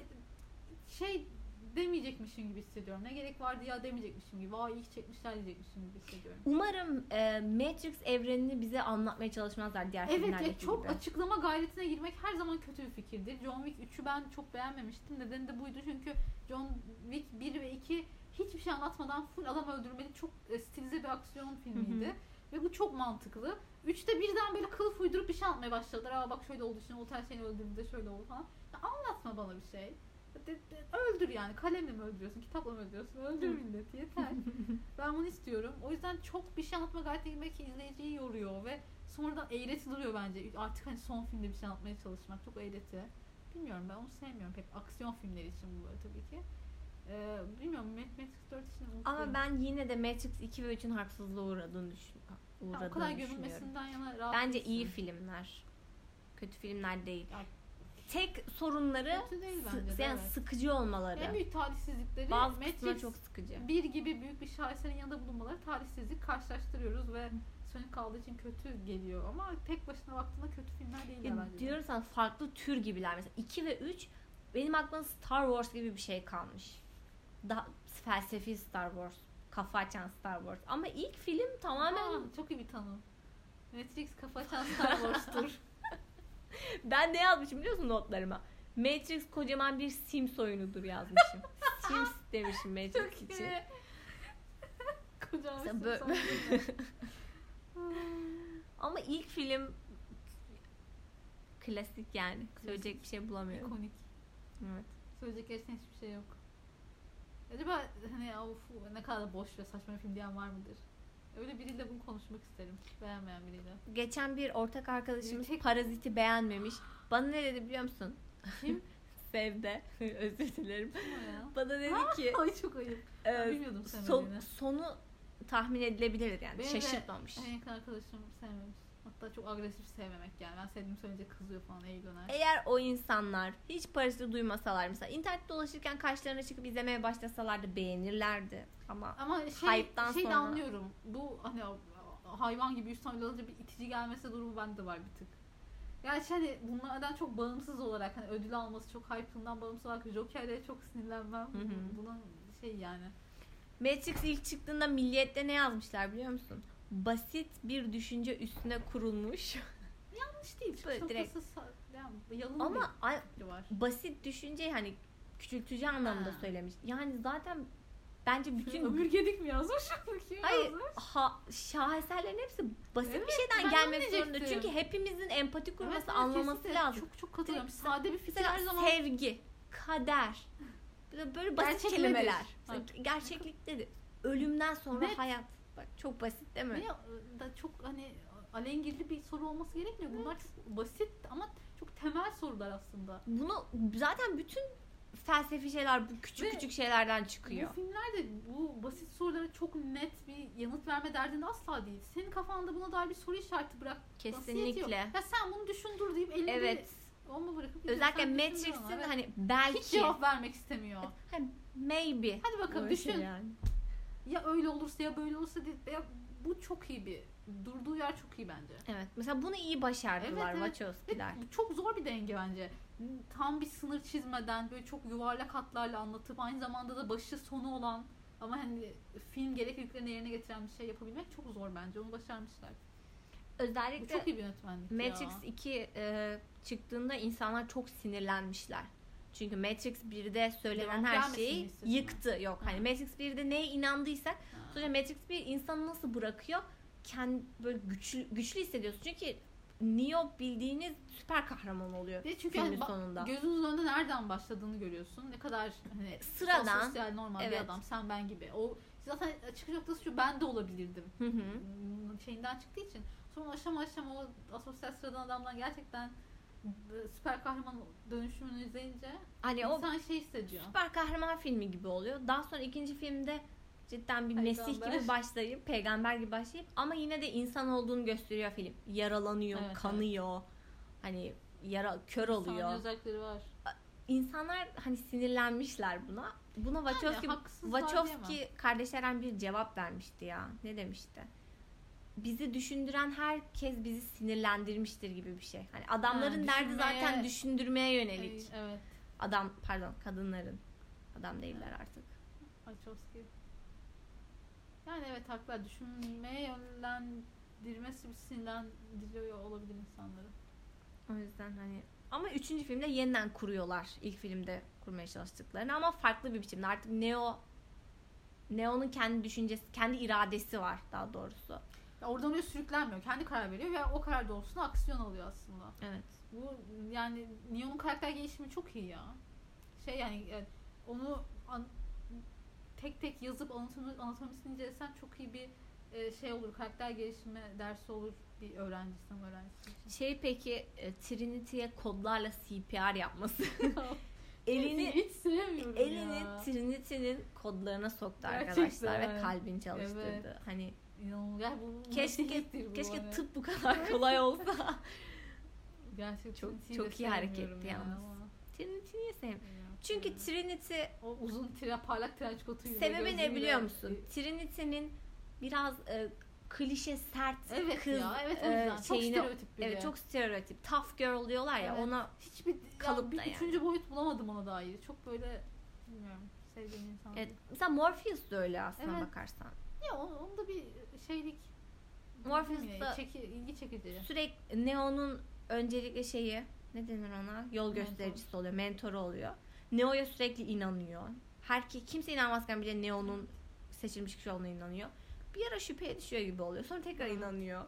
Speaker 2: şey demeyecekmişim gibi hissediyorum. Ne gerek vardı ya demeyecekmişim gibi. Vay iyi ki çekmişler diyecekmişim gibi hissediyorum.
Speaker 1: Umarım e, Matrix evrenini bize anlatmaya çalışmazlar diğer
Speaker 2: Evet
Speaker 1: filmlerdeki
Speaker 2: ya çok
Speaker 1: gibi.
Speaker 2: açıklama gayretine girmek her zaman kötü bir fikirdir. John Wick 3'ü ben çok beğenmemiştim. Nedeni de buydu çünkü John Wick 1 ve 2 hiçbir şey anlatmadan full adam öldürmeli çok e, stilize bir aksiyon filmiydi.
Speaker 1: Hı
Speaker 2: Ve bu çok mantıklı. 3'te birden böyle kılıf uydurup bir şey anlatmaya başladılar. Aa bak şöyle oldu şimdi o ters şeyini öldürdü de şöyle oldu falan. Ya anlatma bana bir şey. De- de- Öldür yani. Kalemle mi öldürüyorsun? Kitapla mı öldürüyorsun? Öldür milleti yeter. ben bunu istiyorum. O yüzden çok bir şey anlatma gayretine girmek izleyiciyi yoruyor ve sonradan eğreti duruyor bence. Artık hani son filmde bir şey anlatmaya çalışmak çok eğreti. Bilmiyorum ben onu sevmiyorum pek. Aksiyon filmleri için bu böyle tabii ki. Ee, bilmiyorum Mat- Matrix 4 için
Speaker 1: Ama
Speaker 2: umutluyum.
Speaker 1: ben yine de Matrix 2 ve 3'ün haksızlığa uğradığını, düşün,
Speaker 2: Ya
Speaker 1: uğradığını
Speaker 2: o kadar
Speaker 1: düşünüyorum.
Speaker 2: görünmesinden yana rahat
Speaker 1: Bence
Speaker 2: değilsin.
Speaker 1: iyi filmler. Kötü filmler değil.
Speaker 2: Ya-
Speaker 1: Tek sorunları
Speaker 2: Kötü değil
Speaker 1: sı-
Speaker 2: bence de,
Speaker 1: yani
Speaker 2: evet.
Speaker 1: sıkıcı olmaları.
Speaker 2: En büyük talihsizlikleri
Speaker 1: Bazı kısmı
Speaker 2: Matrix
Speaker 1: çok sıkıcı.
Speaker 2: bir gibi büyük bir şaheserin yanında bulunmaları talihsizlik karşılaştırıyoruz ve Sonic kaldığı için kötü geliyor ama tek başına baktığında kötü filmler değil
Speaker 1: Ya
Speaker 2: bence. de.
Speaker 1: E, diyorum sana farklı tür gibiler mesela 2 ve 3 benim aklımda Star Wars gibi bir şey kalmış. Daha felsefi Star Wars, kafa açan Star Wars. Ama ilk film tamamen
Speaker 2: Aa, çok iyi bir tanım. Matrix kafa açan Star Wars'tur.
Speaker 1: ben ne yazmışım biliyor musun notlarıma? Matrix kocaman bir Sims oyunudur yazmışım. Sims demişim Matrix
Speaker 2: çok
Speaker 1: için.
Speaker 2: iyi. Kocaman
Speaker 1: Sen
Speaker 2: bir
Speaker 1: bö-
Speaker 2: sosyal medya.
Speaker 1: Ama ilk film klasik yani. Söyleyecek bir şey bulamıyorum.
Speaker 2: İkonik.
Speaker 1: Evet.
Speaker 2: Söyleyecek gerçekten hiçbir şey yok. Acaba hani of ne kadar boş ve saçma bir film diyen var mıdır? Öyle biriyle bunu konuşmak isterim. Beğenmeyen biriyle.
Speaker 1: Geçen bir ortak arkadaşımız
Speaker 2: Tek-
Speaker 1: Parazit'i beğenmemiş. Bana ne dedi biliyor musun?
Speaker 2: Kim?
Speaker 1: Fev'de özür dilerim.
Speaker 2: Ama ya.
Speaker 1: Bana dedi ki
Speaker 2: Ay çok ayıp.
Speaker 1: e,
Speaker 2: Ben bilmiyordum
Speaker 1: son-
Speaker 2: sevmediğini.
Speaker 1: sonu tahmin edilebilirdi yani
Speaker 2: Benim de-
Speaker 1: şaşırtmamış.
Speaker 2: En yakın arkadaşım sevmemiş. Hatta çok agresif sevmemek yani. Ben sevdiğimi söyleyince kızıyor falan, eğlener.
Speaker 1: Eğer o insanlar hiç parası duymasalar mesela internet dolaşırken karşılarına çıkıp izlemeye başlasalardı beğenirlerdi ama
Speaker 2: Ama şey,
Speaker 1: Hype'dan
Speaker 2: şey de
Speaker 1: sonra-
Speaker 2: anlıyorum. Bu hani hayvan gibi üstten bile alınca bir itici gelmesi durumu bende var bir tık. Gerçi hani bunlardan çok bağımsız olarak hani ödül alması çok hype'ından bağımsız olarak Joker'e çok sinirlenmem.
Speaker 1: Hı hı.
Speaker 2: Buna şey yani.
Speaker 1: Matrix ilk çıktığında Milliyet'te ne yazmışlar biliyor musun? Basit bir düşünce üstüne kurulmuş.
Speaker 2: Yanlış değil. Çok
Speaker 1: Böyle direkt-
Speaker 2: şakası sa- yani yalın
Speaker 1: ama ay-
Speaker 2: bir fikri var.
Speaker 1: basit düşünce hani küçültücü anlamda
Speaker 2: Ha.
Speaker 1: söylemiş. Yani zaten bence bütün
Speaker 2: ömürgedik mi yazmış? Kim
Speaker 1: Hayır,
Speaker 2: yazmış?
Speaker 1: ha, şaheserlerin hepsi basit
Speaker 2: Evet,
Speaker 1: bir
Speaker 2: ben
Speaker 1: şeyden gelmek
Speaker 2: onu
Speaker 1: zorunda.
Speaker 2: diyecektim.
Speaker 1: Çünkü hepimizin empati kurması,
Speaker 2: Evet, evet,
Speaker 1: anlaması
Speaker 2: kesinlikle.
Speaker 1: lazım.
Speaker 2: Çok çok katılıyorum. Sade bir fikir
Speaker 1: Mesela
Speaker 2: her zaman
Speaker 1: sevgi, kader, böyle- böyle basit
Speaker 2: Gerçek
Speaker 1: kelimeler.
Speaker 2: nedir?
Speaker 1: Mesela Gerçeklik dedi. Ölümden sonra
Speaker 2: Net.
Speaker 1: hayat. Bak çok basit değil mi?
Speaker 2: Ve da çok hani alengirli bir soru olması gerekmiyor. Bunlar çok basit ama çok temel sorular aslında.
Speaker 1: Bunu zaten bütün felsefi şeyler bu küçük
Speaker 2: Ve
Speaker 1: küçük şeylerden çıkıyor.
Speaker 2: Bu filmler de bu basit sorulara çok net bir yanıt verme derdinde asla değil. Senin kafanda buna dair bir soru işareti bırak. Yok.
Speaker 1: Kesinlikle.
Speaker 2: Ya sen bunu düşün dur deyip elinde
Speaker 1: Evet.
Speaker 2: o mu bırakıp gidiyor.
Speaker 1: Özellikle
Speaker 2: Sen düşündün ama,
Speaker 1: Matrix'in
Speaker 2: evet.
Speaker 1: hani
Speaker 2: hiç
Speaker 1: belki
Speaker 2: cevap vermek istemiyor.
Speaker 1: hani maybe.
Speaker 2: Hadi bakalım
Speaker 1: Böyle şey
Speaker 2: düşün.
Speaker 1: yani.
Speaker 2: Ya öyle olursa ya böyle olursa diye. Ya bu çok iyi bir durduğu yer çok iyi bence.
Speaker 1: Evet. Mesela bunu iyi başardılar
Speaker 2: Evet, evet. Ve
Speaker 1: Wachowski'ler.
Speaker 2: bu çok zor bir denge bence. Tam bir sınır çizmeden böyle çok yuvarlak hatlarla anlatıp aynı zamanda da başı sonu olan ama hani film gerekliliklerini yerine getiren bir şey yapabilmek çok zor bence. Onu başarmışlar. Bu
Speaker 1: Özellikle
Speaker 2: çok iyi bir yönetmenlik
Speaker 1: Matrix
Speaker 2: ya.
Speaker 1: 2 e, çıktığında insanlar çok sinirlenmişler. Çünkü Matrix 1'de söylenen
Speaker 2: Devam
Speaker 1: her
Speaker 2: gelmesini
Speaker 1: şeyi
Speaker 2: istedim
Speaker 1: yıktı. Yok hani
Speaker 2: Ha.
Speaker 1: Matrix 1'de neye inandıysak
Speaker 2: Ha.
Speaker 1: sonra Matrix 1 insanı nasıl bırakıyor? Kendi böyle güçlü, güçlü hissediyorsun. Çünkü Neo bildiğiniz süper kahraman oluyor
Speaker 2: Ve çünkü
Speaker 1: filmin
Speaker 2: hani ba-
Speaker 1: sonunda.
Speaker 2: gözünüzün önünde nereden başladığını görüyorsun. Ne kadar hani
Speaker 1: Sıradan,
Speaker 2: sosyal normal
Speaker 1: evet.
Speaker 2: bir adam sen ben gibi. O zaten açık noktası şu ben de olabilirdim.
Speaker 1: Hı hı.
Speaker 2: şeyinden çıktığı için sonra aşama aşama o asosyal sıradan adamdan gerçekten e, süper kahraman dönüşümünü izleyince
Speaker 1: Hani o
Speaker 2: insan şey hissediyor.
Speaker 1: süper kahraman filmi gibi oluyor. Daha sonra ikinci filmde cidden bir Mesih
Speaker 2: Peygamber.
Speaker 1: gibi başlayıp, peygamber gibi başlayıp ama yine de insan olduğunu gösteriyor film. Yaralanıyor,
Speaker 2: Evet,
Speaker 1: kanıyor. Hani yara kör oluyor.
Speaker 2: Sahne özellikleri var.
Speaker 1: İnsanlar hani sinirlenmişler buna. Buna Wachowski
Speaker 2: haksızlar
Speaker 1: Wachowski
Speaker 2: diyemem.
Speaker 1: kardeş Eren bir cevap vermişti ya. Ne demişti? Bizi düşündüren herkes bizi sinirlendirmiştir gibi bir şey. Hani adamların derdi
Speaker 2: düşünmeye-
Speaker 1: zaten düşündürmeye
Speaker 2: Ay,
Speaker 1: yönelik.
Speaker 2: evet.
Speaker 1: Adam pardon kadınların. Adam değiller artık.
Speaker 2: Wachowski. Yani evet haklar düşünmeye yönlendirmesi bir sinirlendiriyor olabilir insanları.
Speaker 1: O yüzden hani ama üçüncü filmde yeniden kuruyorlar ilk filmde kurmaya çalıştıklarını ama farklı bir biçimde artık Neo Neo'nun kendi düşüncesi, kendi iradesi var daha doğrusu.
Speaker 2: Ya oradan oraya sürüklenmiyor. Kendi karar veriyor ve o karar doğrultusunda aksiyon alıyor aslında.
Speaker 1: Evet.
Speaker 2: Bu yani Neo'nun karakter gelişimi çok iyi ya. Şey yani e, onu an- tek tek yazıp anatomi, anatomisini incelesen çok iyi bir e, şey olur. Karakter gelişimi dersi olur bir öğrenci sınıf öğrencisi için.
Speaker 1: Şey peki e, Trinity'ye kodlarla CPR yapması. elini
Speaker 2: hiç sevmiyorum
Speaker 1: elini
Speaker 2: ya.
Speaker 1: Trinity'nin kodlarına soktu
Speaker 2: Gerçekten.
Speaker 1: arkadaşlar ve kalbini çalıştırdı.
Speaker 2: Evet.
Speaker 1: Hani
Speaker 2: İnanılmaz. Ya bu- bu
Speaker 1: keşke
Speaker 2: nasihtir bu
Speaker 1: keşke
Speaker 2: hani.
Speaker 1: tıp bu kadar kolay olsa.
Speaker 2: Gerçekten
Speaker 1: Çok-
Speaker 2: Trinity'yi
Speaker 1: çok
Speaker 2: de
Speaker 1: iyi hareketti
Speaker 2: sevmiyorum ya
Speaker 1: yalnız.
Speaker 2: ama-
Speaker 1: Trinity'yi niye sevmiyorum?
Speaker 2: Ya.
Speaker 1: Çünkü Trinity
Speaker 2: o uzun tire parlak trenç kotuyla
Speaker 1: Sebebi ne
Speaker 2: gözlüğüyle-
Speaker 1: biliyor musun?
Speaker 2: e,
Speaker 1: Trinity'nin biraz e, klişe sert
Speaker 2: Evet
Speaker 1: kız
Speaker 2: ya evet o
Speaker 1: e,
Speaker 2: yüzden çok
Speaker 1: şeyini-
Speaker 2: stereotip biri.
Speaker 1: evet çok stereotip. Tough girl diyorlar ya
Speaker 2: Evet.
Speaker 1: ona
Speaker 2: Hiçbir
Speaker 1: Kalıp
Speaker 2: kalıp
Speaker 1: da
Speaker 2: bir
Speaker 1: yani.
Speaker 2: üçüncü boyut bulamadım ona dair. Çok böyle bilmiyorum sevdiğim insan.
Speaker 1: evet, e, mesela Morpheus da öyle aslında
Speaker 2: Evet.
Speaker 1: bakarsan.
Speaker 2: Ya on- onda bir şeylik
Speaker 1: Morpheus'ta-
Speaker 2: Bilmiyorum, çeki, ilgi çekici.
Speaker 1: Sürekli Neo'nun öncelikle şeyi ne denir ona? Yol
Speaker 2: Mentor.
Speaker 1: göstericisi oluyor, mentoru oluyor. Neo'ya sürekli inanıyor. Herki kimse inanmazken bile Neo'nun seçilmiş kişi olduğuna inanıyor. Bir ara şüpheye düşüyor gibi oluyor. Sonra tekrar
Speaker 2: Evet.
Speaker 1: inanıyor.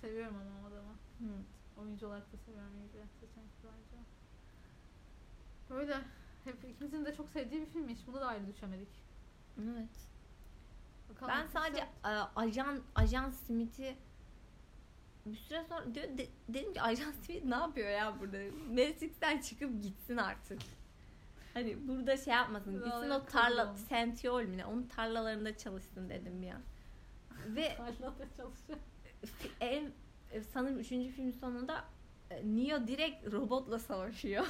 Speaker 2: Seviyorum ama o adamı.
Speaker 1: Hı.
Speaker 2: Oyuncu olarak da seviyorum ilgi seçenekli bence. Böyle hep ikimizin de çok sevdiği bir filmmiş. Buna da ayrı düşemedik.
Speaker 1: Evet.
Speaker 2: Bakalım
Speaker 1: Ben
Speaker 2: kimse-
Speaker 1: sadece e, ajan ajan Smith'i bir süre sonra diyor, de- dedim ki Ajans TV ne yapıyor ya burada? Netflix'ten çıkıp gitsin artık. Hani burada şey yapmasın. Gitsin o
Speaker 2: Vallahi
Speaker 1: tarla
Speaker 2: kızım.
Speaker 1: Sentiol mi ne? Onun tarlalarında çalışsın dedim bir an. Ve
Speaker 2: Tarlada çalışıyor.
Speaker 1: fi- en e, sanırım 3. film sonunda e, Neo direkt robotla savaşıyor.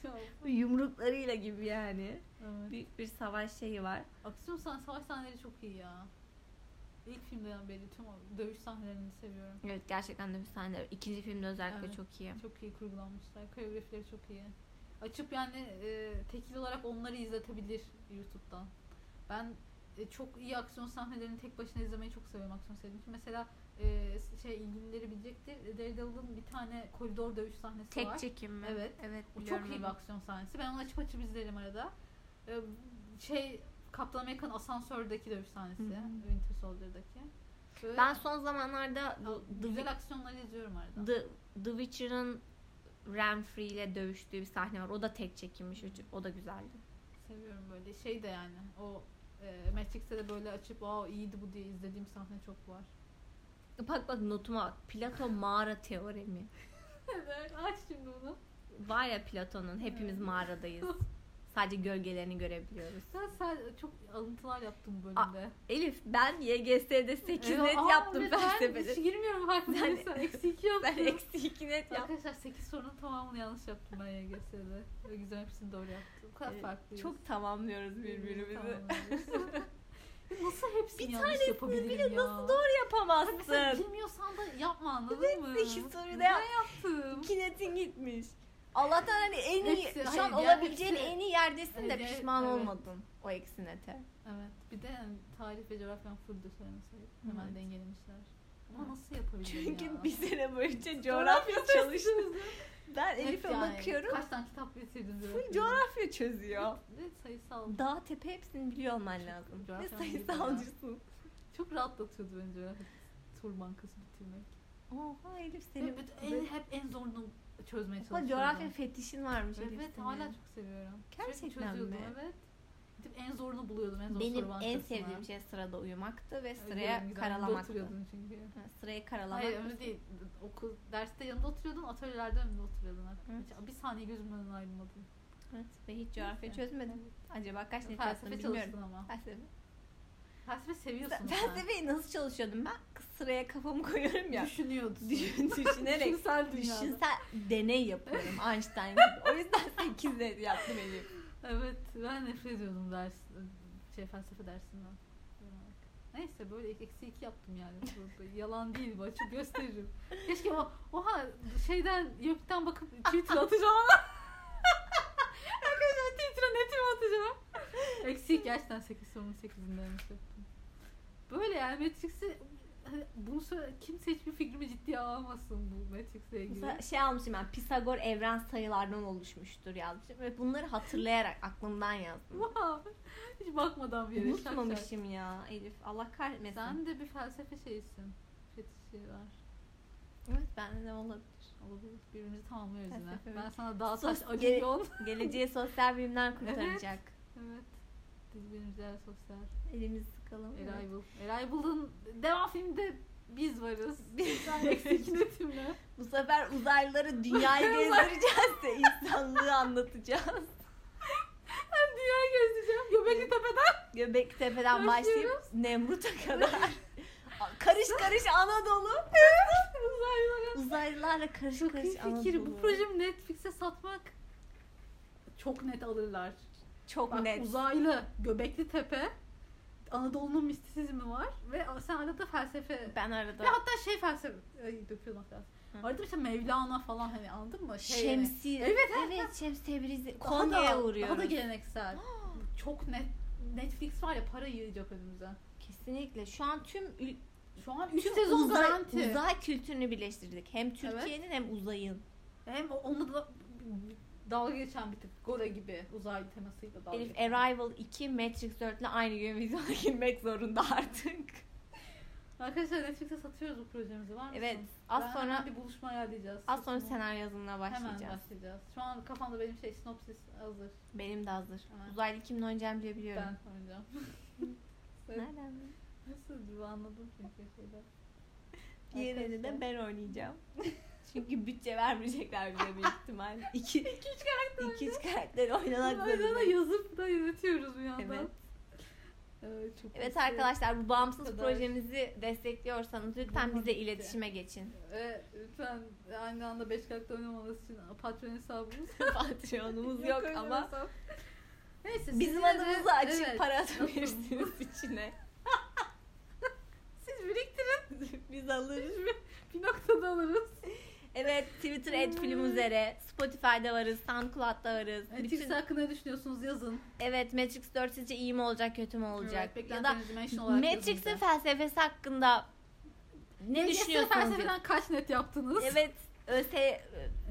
Speaker 1: Yumruklarıyla gibi yani.
Speaker 2: evet.
Speaker 1: Büyük bir savaş şeyi var.
Speaker 2: Aksiyon sahne, savaş sahneleri çok iyi ya. İlk filmden beri tüm o dövüş sahnelerini seviyorum.
Speaker 1: Evet gerçekten de bir sahne. İkinci filmde özellikle
Speaker 2: Evet.
Speaker 1: çok iyi.
Speaker 2: Çok iyi kurgulanmışlar. Koreografileri çok iyi. Açıp yani e, tekil olarak onları izletebilir YouTube'dan. Ben e, çok iyi aksiyon sahnelerini tek başına izlemeyi çok seviyorum aksiyon seyredin. Mesela e, şey ilgilileri bilecektir. Daredevil'ın bir tane koridor dövüş sahnesi
Speaker 1: Tek
Speaker 2: var.
Speaker 1: çekim mi?
Speaker 2: Evet.
Speaker 1: Evet
Speaker 2: O
Speaker 1: biliyorum
Speaker 2: çok iyi bir
Speaker 1: onu.
Speaker 2: aksiyon sahnesi. Ben onu açıp açıp izlerim arada. Ee, şey Kaptan Amerika'nın asansördeki dövüş sahnesi.
Speaker 1: Hı hı.
Speaker 2: Winter Soldier'daki. Böyle
Speaker 1: Ben son zamanlarda bu The,
Speaker 2: güzel aksiyonları izliyorum arada.
Speaker 1: The, The Witcher'ın Renfrey ile dövüştüğü bir sahne var. O da tek çekilmiş. O da güzeldi.
Speaker 2: Seviyorum böyle. Şey de yani o e, Matrix'te de böyle açıp aa iyiydi bu diye izlediğim sahne çok var.
Speaker 1: Bak bak notuma bak. Platon mağara teoremi.
Speaker 2: evet. Aç şimdi bunu.
Speaker 1: Var ya Platon'un hepimiz
Speaker 2: Evet.
Speaker 1: mağaradayız. Sadece gölgelerini görebiliyoruz.
Speaker 2: Sen, sen çok alıntılar yaptın bu bölümde.
Speaker 1: Elif ben YGS'de 8 net
Speaker 2: Aa,
Speaker 1: yaptım
Speaker 2: evet, Ben hiç
Speaker 1: felsefede.
Speaker 2: girmiyorum
Speaker 1: Sen-
Speaker 2: farkındaysan. Eksi iki yaptım.
Speaker 1: Ben eksi 2 net yaptım.
Speaker 2: Arkadaşlar 8 sorunun tamamını yanlış yaptım ben YGS'de. Ve güzel hepsini doğru yaptım. Bu kadar
Speaker 1: Evet,
Speaker 2: farklıyız.
Speaker 1: Çok tamamlıyoruz birbirimizi.
Speaker 2: Tamamlanıyoruz. nasıl hepsini
Speaker 1: Bir
Speaker 2: yanlış yapabilirim
Speaker 1: bile
Speaker 2: ya?
Speaker 1: nasıl doğru
Speaker 2: Mesela
Speaker 1: yapamazsın?
Speaker 2: bilmiyorsan da yapma anladın mı?
Speaker 1: iki soruyu da
Speaker 2: Ben
Speaker 1: yap-
Speaker 2: yaptım.
Speaker 1: İki netin gitmiş. Allah'tan hani en iyi,
Speaker 2: Hepsi-
Speaker 1: şu an
Speaker 2: hayır ya,
Speaker 1: olabileceğin
Speaker 2: hepsi-
Speaker 1: en iyi yerdesin de
Speaker 2: Evet,
Speaker 1: pişman
Speaker 2: evet.
Speaker 1: olmadın o eksi nete.
Speaker 2: Evet. Bir de yani tarih ve coğrafyan full söylemeseydim. Hemen
Speaker 1: Evet.
Speaker 2: dengelemişler. Ama
Speaker 1: Evet.
Speaker 2: nasıl yapabilirim
Speaker 1: Çünkü
Speaker 2: ya?
Speaker 1: bir sene boyunca coğrafya çalıştım. Ben
Speaker 2: Hep
Speaker 1: Elif'e
Speaker 2: yani,
Speaker 1: bakıyorum.
Speaker 2: Kaç tane kitap bitirdin?
Speaker 1: Full coğrafya çözüyor.
Speaker 2: Ve sayısal.
Speaker 1: Dağ tepe hepsini biliyor olman lazım. Ne
Speaker 2: coğrafya bilmiyorum ya.
Speaker 1: sayısalcısın.
Speaker 2: Çok rahatlatıyordu bence coğrafya tur bankası bitirmek.
Speaker 1: Oha Elif senin.
Speaker 2: Hep, en, hep en zorunu çözmeye
Speaker 1: Oha
Speaker 2: çalışıyorum.
Speaker 1: coğrafya fetişin varmış Elif
Speaker 2: Evet
Speaker 1: senin.
Speaker 2: hala çok seviyorum. Sürekli
Speaker 1: Gerçekten
Speaker 2: çözüyordum,
Speaker 1: mi?
Speaker 2: Evet. Gidip en zorunu buluyordum. En zor
Speaker 1: Benim
Speaker 2: soru
Speaker 1: en
Speaker 2: bankasına.
Speaker 1: sevdiğim şey sırada uyumaktı ve
Speaker 2: Evet,
Speaker 1: sıraya
Speaker 2: güzel, Yanında
Speaker 1: karalamaktı.
Speaker 2: oturuyordun çünkü.
Speaker 1: Evet, Sırayı karalamak.
Speaker 2: Hayır öyle değil. Okul, derste yanında oturuyordun, atölyelerde önünde oturuyordun. artık.
Speaker 1: Evet.
Speaker 2: Hiç- Bir saniye gözümün önünden ayrılmadım.
Speaker 1: Evet, ve hiç coğrafya
Speaker 2: Neyse.
Speaker 1: çözmedim. Acaba kaç net yaptım
Speaker 2: Felsefe
Speaker 1: bilmiyorum.
Speaker 2: çalıştın ama.
Speaker 1: Felsefe.
Speaker 2: Felsefe seviyorsun sen.
Speaker 1: Felsefeyi nasıl çalışıyordum ben? Sıraya kafamı koyuyorum ya.
Speaker 2: Düşünüyordun.
Speaker 1: Düşün, düşünerek.
Speaker 2: Düşünsel dünyada.
Speaker 1: Düşünsel deney yapıyorum Einstein gibi. O yüzden 8 net yaptım Elif.
Speaker 2: Evet ben nefret ediyordum ders, şey felsefe dersinden. Neyse böyle eksi iki yaptım yani. Bu- bu Yalan değil bu açık gösteririm. Keşke o, oha şeyden YÖK'ten bakıp Twitter atacağım ama. Arkadaşlar Twitter'a netim atacağım. Eksi iki gerçekten 8 sorunun 8'inden yanlış yaptım. Böyle yani Matrix'i hani bunu söyle, kimse hiçbir fikrimi ciddiye alamasın bu Matrix'le ilgili.
Speaker 1: Mesela şey almışım ben. Pisagor evren sayılardan oluşmuştur yazmışım. Ve bunları hatırlayarak aklımdan yazdım.
Speaker 2: Wow. Hiç bakmadan bir yere. şak şak.
Speaker 1: Unutmamışım ya Elif. Allah kahretmesin.
Speaker 2: Sen de bir felsefe şeysin. Fetişi var.
Speaker 1: Evet bende de olabilir.
Speaker 2: Olabilir. Birbirimizi tamamlıyoruz yine.
Speaker 1: Felsefe
Speaker 2: Ben
Speaker 1: evet.
Speaker 2: sana daha taş
Speaker 1: Sos-
Speaker 2: acı
Speaker 1: gere-
Speaker 2: yol.
Speaker 1: Geleceği sosyal bilimler kurtaracak.
Speaker 2: Evet. Biz birbirimize sosyal.
Speaker 1: Elimizi sıkalım. Evet.
Speaker 2: Arrival. Arrival'ın devam filminde biz varız.
Speaker 1: Biz-
Speaker 2: Sen eksik netimle.
Speaker 1: Bu sefer uzaylıları dünyayı gezdireceğiz de insanlığı anlatacağız.
Speaker 2: Ben dünya gezeceğim. Göbekli Tepe'den.
Speaker 1: Göbektepe'den başlayıp
Speaker 2: Başlıyoruz.
Speaker 1: Nemrut'a kadar. karış karış Anadolu.
Speaker 2: Uzaylara.
Speaker 1: Uzaylılarla karış
Speaker 2: Çok
Speaker 1: karış
Speaker 2: iyi
Speaker 1: Anadolu.
Speaker 2: fikir. Bu projemi Netflix'e satmak çok net alırlar.
Speaker 1: çok
Speaker 2: Bak
Speaker 1: net.
Speaker 2: uzaylı, Göbekli Tepe, Anadolu'nun mistisizmi var ve sen arada felsefe
Speaker 1: Ben
Speaker 2: Ve
Speaker 1: arada
Speaker 2: hatta şey felsefe ay, döküyorum hatta.
Speaker 1: Hı.
Speaker 2: Arada işte Mevlana falan hani anladın mı? Şey, yani
Speaker 1: Şemsi.
Speaker 2: Evet,
Speaker 1: evet Şemsi Tebrizi.
Speaker 2: daha
Speaker 1: Konya'ya
Speaker 2: da-
Speaker 1: uğruyoruz.
Speaker 2: Daha da geleneksel. Çok net. Netflix var ya para yığacak önümüze.
Speaker 1: Kesinlikle. Şu an tüm ül-
Speaker 2: Şu an 3
Speaker 1: tüm
Speaker 2: sezon
Speaker 1: uzay,
Speaker 2: garanti.
Speaker 1: uzay kültürünü birleştirdik. Hem Türkiye'nin hem uzayın.
Speaker 2: Hem onunla da dalga geçen bir tık. Gora gibi uzay temasıyla dalga
Speaker 1: Elif
Speaker 2: geçen.
Speaker 1: Arrival 2 Matrix 4 ile aynı gün vizyona girmek zorunda artık.
Speaker 2: Arkadaşlar Netflix'e satıyoruz bu projemizi var mısın?
Speaker 1: Evet. Az
Speaker 2: Ben
Speaker 1: sonra
Speaker 2: hemen bir buluşma ayarlayacağız.
Speaker 1: az sonra
Speaker 2: Kesin.
Speaker 1: senaryo yazımına başlayacağız.
Speaker 2: Hemen başlayacağız. Şu an kafamda benim şey sinopsis hazır.
Speaker 1: Benim de hazır.
Speaker 2: Hemen.
Speaker 1: Uzaylı kimin oynayacağını bile biliyorum.
Speaker 2: Ben oynayacağım.
Speaker 1: Nereden?
Speaker 2: Nasıl gibi anladım çünkü şeyden.
Speaker 1: Diğerini de
Speaker 2: Arkadaşlar.
Speaker 1: ben oynayacağım. Çünkü bütçe vermeyecekler bize büyük ihtimal. İki, iki üç karakter. İki üç karakter oynamak
Speaker 2: Arada da
Speaker 1: zorunda.
Speaker 2: yazıp da yönetiyoruz bir yandan.
Speaker 1: Evet.
Speaker 2: Evet, çok
Speaker 1: Evet
Speaker 2: mutlu.
Speaker 1: arkadaşlar bu bağımsız
Speaker 2: Kadar.
Speaker 1: projemizi destekliyorsanız lütfen
Speaker 2: Bunun
Speaker 1: bize
Speaker 2: bitti.
Speaker 1: iletişime geçin.
Speaker 2: Ve lütfen aynı anda 5 karakter oynamanız için Patreon hesabımız
Speaker 1: Patreonumuz yok şey.
Speaker 2: öyle
Speaker 1: ama
Speaker 2: hesap. Neyse
Speaker 1: bizim
Speaker 2: sizinle de-
Speaker 1: adımızı açıp
Speaker 2: evet.
Speaker 1: para atabilirsiniz içine.
Speaker 2: Siz biriktirin.
Speaker 1: Biz alırız.
Speaker 2: bir noktada alırız.
Speaker 1: Evet Twitter et film üzere. Spotify'da varız. SoundCloud'da varız.
Speaker 2: Bütün...
Speaker 1: Bütün-
Speaker 2: hakkında ne düşünüyorsunuz yazın.
Speaker 1: evet Matrix 4 sizce iyi mi olacak kötü mü olacak?
Speaker 2: Evet,
Speaker 1: ya da
Speaker 2: beklentilerinizi mention olarak yazın bize.
Speaker 1: Matrix'in felsefesi hakkında ne
Speaker 2: Neyse,
Speaker 1: düşünüyorsunuz?
Speaker 2: Felsefeden kaç net yaptınız?
Speaker 1: Evet. ÖS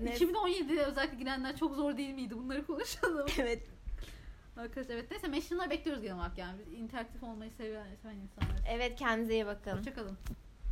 Speaker 1: ne-
Speaker 2: 2017'de özellikle girenler çok zor değil miydi? Bunları konuşalım.
Speaker 1: Evet.
Speaker 2: Arkadaşlar evet neyse mentionlar bekliyoruz genel olarak yani. Biz interaktif olmayı seven, seven insanlar.
Speaker 1: Evet kendinize iyi bakın.
Speaker 2: Hoşçakalın.